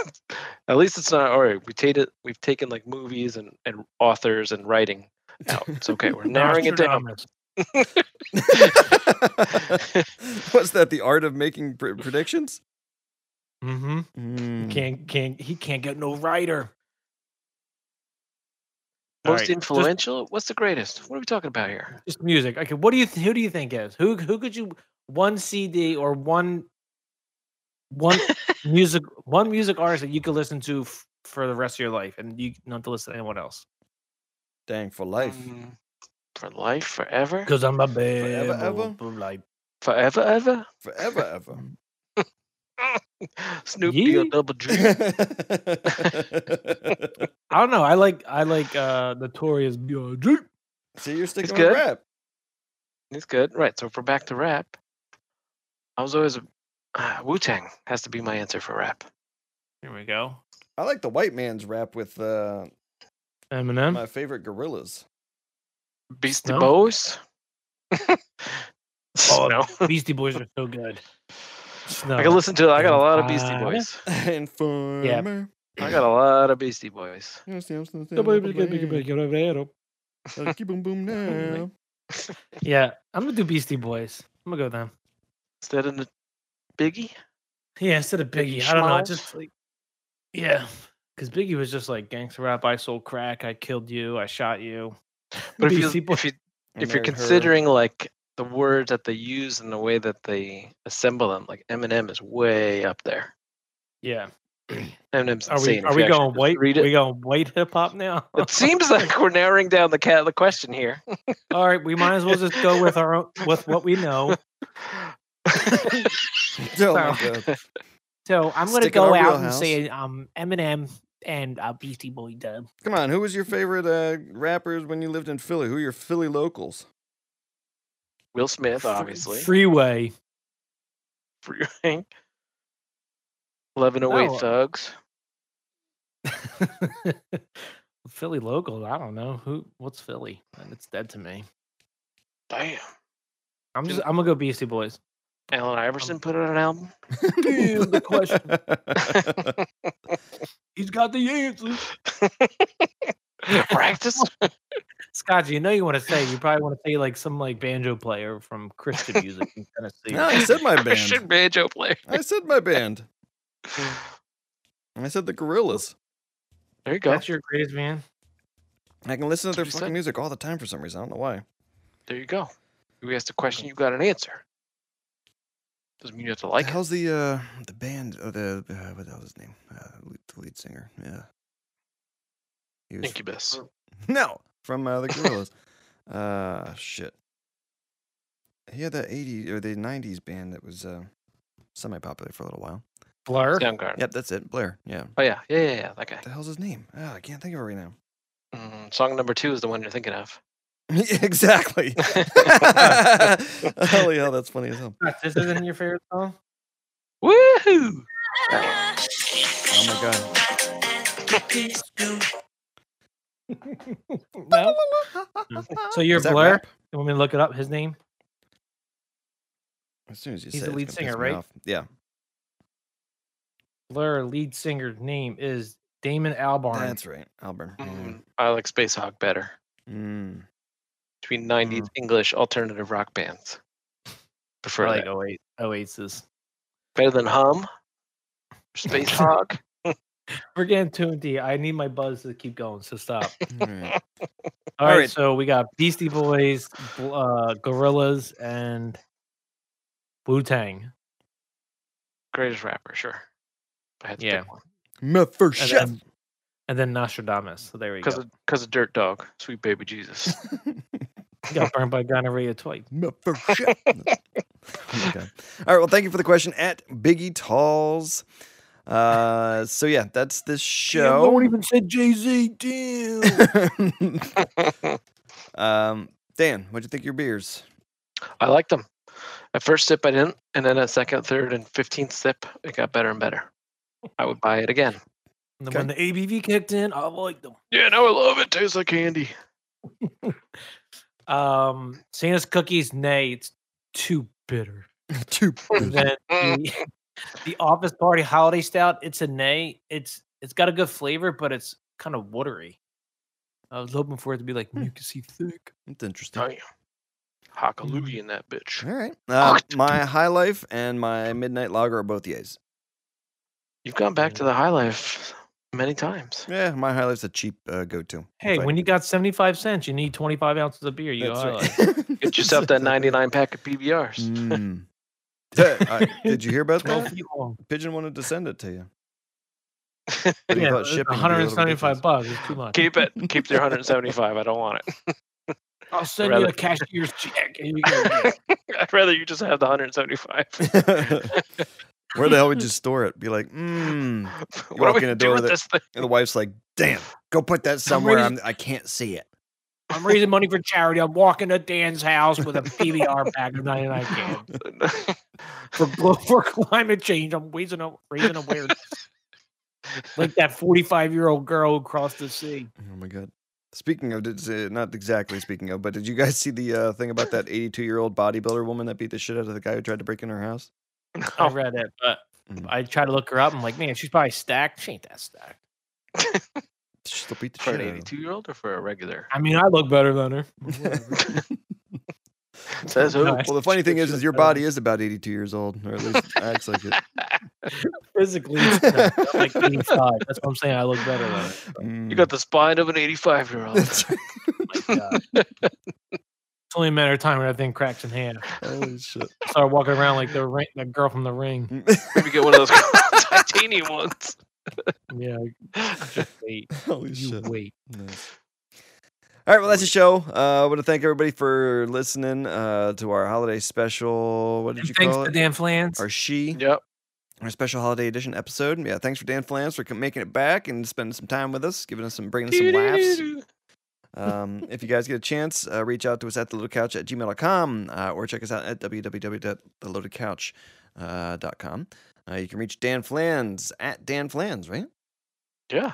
F: at least it's not all right. We take it. We've taken like movies and and authors and writing *laughs* out. It's okay. We're *laughs* narrowing it down.
A: Nostradamus.
B: *laughs* What's that? The art of making pr- predictions?
A: Mm-hmm.
B: Mm.
A: Can't can't he can't get no writer. All
F: Most
A: right, just-
F: influential. What's the greatest? What are we talking about here?
A: Just music. Okay, what do you th- who do you think is who who could you one CD or one
F: *laughs*
A: one music one music artist that you could listen to f- for the rest of your life and you not to listen to anyone else
B: Dang, for life.
F: Mm, for life, forever,
A: because I'm a bad
B: ever?
A: like
F: forever, ever. *laughs*
B: Forever, ever.
F: Snoop Dogg,
A: Yeet.
F: double
A: *laughs*
B: *laughs*
F: G.
B: See,
A: I don't know I like I like uh Notorious B.I.G.
B: you're sticking with
F: good.
B: rap.
F: He's good. Right. So if we're back to rap, I was always a uh, Wu Tang has to be my answer for rap.
A: Here we go
B: I like the white man's rap with uh,
F: Mm.
A: Eminem
B: my favorite gorillas. *laughs*
F: Beastie
A: Snow? *laughs*
F: Boys. *laughs*
A: Oh,
F: Snow.
A: Beastie Boys are so good Snow
F: I can listen to. I got a lot of Beastie
A: Uh,
F: Boys.
B: Informer.
F: I got a lot of Beastie Boys.
A: E,
B: Uh, Keep boom
F: *laughs*
B: boom now.
A: yeah I'm gonna do Beastie Boys I'm gonna go with them
F: Is that in the Biggie?
A: Yeah, instead of
F: Biggie
A: Biggie, I don't know.
F: Smalls?
A: it's Just *laughs* like, yeah, because Biggie was just like gangster rap. I sold crack. I killed you. I shot you.
F: But if
A: *laughs*
F: you,
A: Beastie
F: if you
B: I
F: if
B: married
F: you're
B: her.
F: considering like the words that they use and the way that they assemble them, like Eminem is way up there.
A: Yeah.
F: Eminem's
A: Are we
F: insane.
A: are
F: if
A: we
F: you actually
A: going
F: just
A: white?
F: Read
A: We
F: it.
A: going white hip hop now?
F: *laughs*
A: *laughs*
F: It seems like we're narrowing down the cat the question here. *laughs*
A: All right, we might as well just go with our own, with what we know.
B: *laughs* Oh my God.
A: So I'm gonna
B: Stick in our
A: go out and
B: wheelhouse.
A: say um Eminem and uh, Beastie Boy dub.
B: Come on, who was your favorite uh, rappers when you lived in Philly? Who are your Philly locals?
F: *laughs*
A: *laughs*
F: Will Smith,
B: Free-
F: obviously.
A: Freeway.
F: Free- Eleven oh
A: No, uh,
F: eight thugs.
A: *laughs* Philly local. I don't know who. What's Philly? It's dead to me.
F: Damn.
A: I'm just. I'm gonna go Beastie Boys. um,
F: Alan Iverson put out an album.
A: *laughs* Damn, the question. He's got the answers.
F: Practice.
A: Scott, you know you want to say. You probably want to say like some like banjo player from Christian music in Tennessee.
B: *laughs* no, I
F: *laughs*
B: said my band.
F: Christian banjo player.
B: I said my band.
A: Mm.
B: I said the gorillas.
F: There you go.
A: That's your greatest man.
B: I can listen to their
F: You
B: fucking
F: said-
B: music all the time for some reason. I don't know why.
F: There you go. You asked a question, you got an answer. Doesn't mean you have to like it.
B: How's the uh the band or the uh, what the hell was his name? Uh, lead, the lead singer. Yeah. He was,
F: Incubus.
B: *laughs* no, from uh, the Gorillas. uh shit. He had that 80s or the 90s band that was uh semi-popular for a little while.
A: Blur.
F: Soundgarden.
B: Yep, that's it. Blair. Yeah.
F: Oh yeah, yeah, yeah, yeah. That guy.
B: What the hell's his name? Ah, I can't think of it right now. *laughs*
F: Mm, song number two is the one you're
A: *laughs*
F: thinking of. *laughs*
B: exactly. *laughs* Holy hell, that's funny as hell.
A: Scott, This isn't your favorite song. *laughs*
F: Woohoo!
B: Oh my god.
A: no. Mm. So you're
B: Is that
A: Blur.
B: rap?
A: You want me to look it up? His name.
B: As soon as you
A: He's
B: say
A: the
B: it, it's
A: lead
B: gonna piss
A: singer,
B: me
A: right?
B: off. Yeah.
A: Blur lead singer's name is Damon Albarn.
B: That's right. Alburn. yeah.
F: Mm, I like Space Hog better.
B: Mm.
F: Between 90s
A: Mm.
F: English alternative rock bands. Prefer
A: Or like
F: that.
A: 08, Oasis.
F: Better than Hum.
A: *laughs*
F: Space Hog.
A: We're getting two and D. I need my buzz to keep going. So *laughs* stop.
B: Mm. All right.
A: All right,
B: right.
A: So we got Beastie Boys, Bl- uh, Gorillas, and Wu Tang.
F: Greatest rapper, sure. If I had to
A: Yeah.
F: pick one.
B: My first
A: And
B: chef.
A: then, and then Nostradamus. So there we go.
F: Because of, 'cause of Dirt Dog. Sweet
A: *laughs*
F: Baby Jesus.
B: *laughs*
A: He *laughs* got burned by gonorrhea twice.
B: My first chef. oh my god. All right. Well, thank you for the question at Biggie Talls. Uh, so yeah, that's this show.
A: even said Jay Z. Damn.
B: *laughs* um, Dan, what'd you think of your beers?
F: I liked them. At first sip, I didn't, and then at second, third, and fifteenth sip, it got better and better. I would buy it again.
A: And then when the ABV kicked in, I liked them.
F: Yeah, no, I love it. Tastes like candy.
A: Um, Santa's cookies, nay, it's too bitter.
B: Two.
A: And *laughs* then the, the office party holiday stout, it's a nay. It's it's got a good flavor, but it's kind of watery. I was hoping for it to be like mucusy thick.
B: That's interesting.
F: Damn. Hockaloogie in that bitch.
B: All right. Uh, my High Life and my Midnight Lager are both yays.
F: You've gone back to the high life many times.
B: Yeah, my High Life's a cheap uh, go to.
A: Hey, when you got seventy five cents, you need twenty five ounces of beer. You uh,
B: That's
A: gotta like-
B: right. *laughs*
F: Get yourself that 99 pack of PBRs.
B: Mm. Th- uh, did you hear about
A: twelve
B: that?
A: feet long.
B: *laughs* Pigeon wanted to send it to you. But he
A: Yeah,
B: thought shipping would
A: one
B: be a
A: hundred
B: little
A: and seventy
B: ridiculous.
A: five bucks. It's too much.
F: Keep it. Keep the 175. I don't want it.
A: I'll send you
F: rather-
A: a cashier's check. And you go,
F: *laughs* I'd rather you just have the 175.
B: *laughs* Where the hell would you store it? Be like, mm.
F: *laughs* what are
B: walk
F: we
B: in the
F: gonna
B: door
F: do with
B: that-
F: this thing?
B: and the wife's like, damn, go put that somewhere.
A: ready-
B: I'm, I can't see it.
A: I'm raising money for charity. I'm walking to Dan's house with a PBR pack of 99 cans. for glo- *laughs* for climate change. I'm raising up, raising awareness. like that 45 year old girl who crossed the sea.
B: Oh my god. Speaking of, did, uh, not exactly speaking of, but did you guys see the uh, thing about that 82 year old bodybuilder woman that beat the shit out of the guy who tried to break in her house?
A: I
F: Oh.
A: read it, but
B: Mm.
A: I tried to look her up. I'm like, man, she's probably stacked. She ain't that stacked.
B: She still beat the
F: *laughs* for
B: shit out
F: an *laughs*
B: of him.
F: 82 year old or for a regular?
A: I mean, I look better than her.
F: Says who?
A: No.
B: Well, the funny thing is, is your
A: Better than-
B: body is about 82 years old, or at least acts like it. *laughs*
A: Physically, it's not- like 85. That's what I'm saying. I look better than her.
F: You
B: Mm.
F: got the spine of an 85 year old.
B: That's right.
A: My God. It's only a matter of time when everything cracks in half.
B: Holy shit.
A: I started walking around like the ring, the girl from the ring.
F: Maybe get one of those *laughs* titanium ones.
A: Yeah,
B: *laughs*
A: just wait.
B: Mm. Holy
A: You
B: shit.
A: wait.
B: Nice. All right, well, that's the show. Uh, I want to thank everybody for listening uh, to our holiday special. What did
A: And
B: you
A: thanks
B: call
A: to
B: it?
A: Dan Flans.
B: Our she.
F: Yep.
B: our special holiday edition episode. Yeah, thanks for Dan Flans for co- making it back and spending some time with us, giving us some, bringing us some laughs. Um, if you guys get a chance, uh, reach out to us at theloadedcouch at gmail.com uh, or check us out at www.theloadedcouch.com. Uh, dot com. uh, you can reach Dan Flans at Dan Flans, right?
F: Yeah.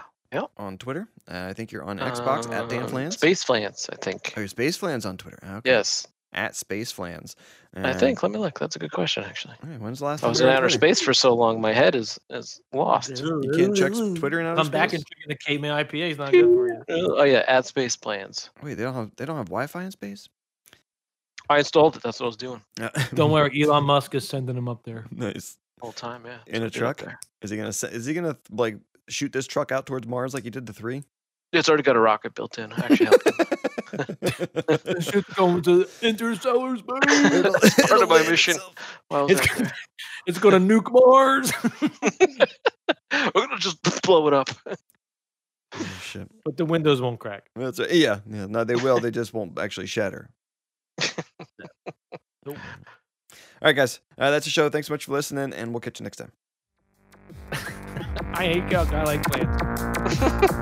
B: On Twitter. Uh, I think you're on Xbox at Dan
F: Um,
B: Flans.
F: Space Flans, I think.
B: Oh, you're Space Flans on Twitter. Ah, Okay.
F: Yes.
B: At Space Flans.
F: I
B: Um,
F: think. Let me look. That's a good question, actually.
B: all right, when's the last
F: I
B: time
F: was
B: you
F: in
B: were on
F: outer
B: Twitter?
F: space for so long, my head is is lost.
B: You can't check s- Twitter in outer
A: Come back
B: space?
A: and drink the caveman IPA. It's not good for you.
F: Oh yeah, add space plans.
B: Wait, they don't have they don't have Wi-Fi in space.
F: I installed it. That's what I was doing
B: Uh, *laughs*
A: Don't worry, Elon Musk is sending him up there.
B: nice.
F: the whole time. Yeah. that's
B: In
F: what
B: a
F: I did
B: truck?
F: up there.
B: Is he gonna se- is he gonna like shoot this truck out towards Mars like he did the three? *laughs*
F: It's already got a rocket built in. I actually helped him.
A: This shit's going to interstellar space.
B: *laughs* It'll-
F: That's part
B: it'll
F: of my
B: land
F: mission.
B: itself.
F: While I was
A: It's
F: out
A: gonna, it's gonna nuke Mars. *laughs*
B: *laughs*
F: there. We're gonna just blow it up.
B: *laughs* Oh, shit.
A: but the windows won't crack.
B: That's right. Yeah, yeah. No, they will. They just won't actually shatter.
A: Nope.
B: All right, guys. Uh, that's the show. Thanks so much for listening, and we'll catch you next time.
A: I hate guns. I like plants.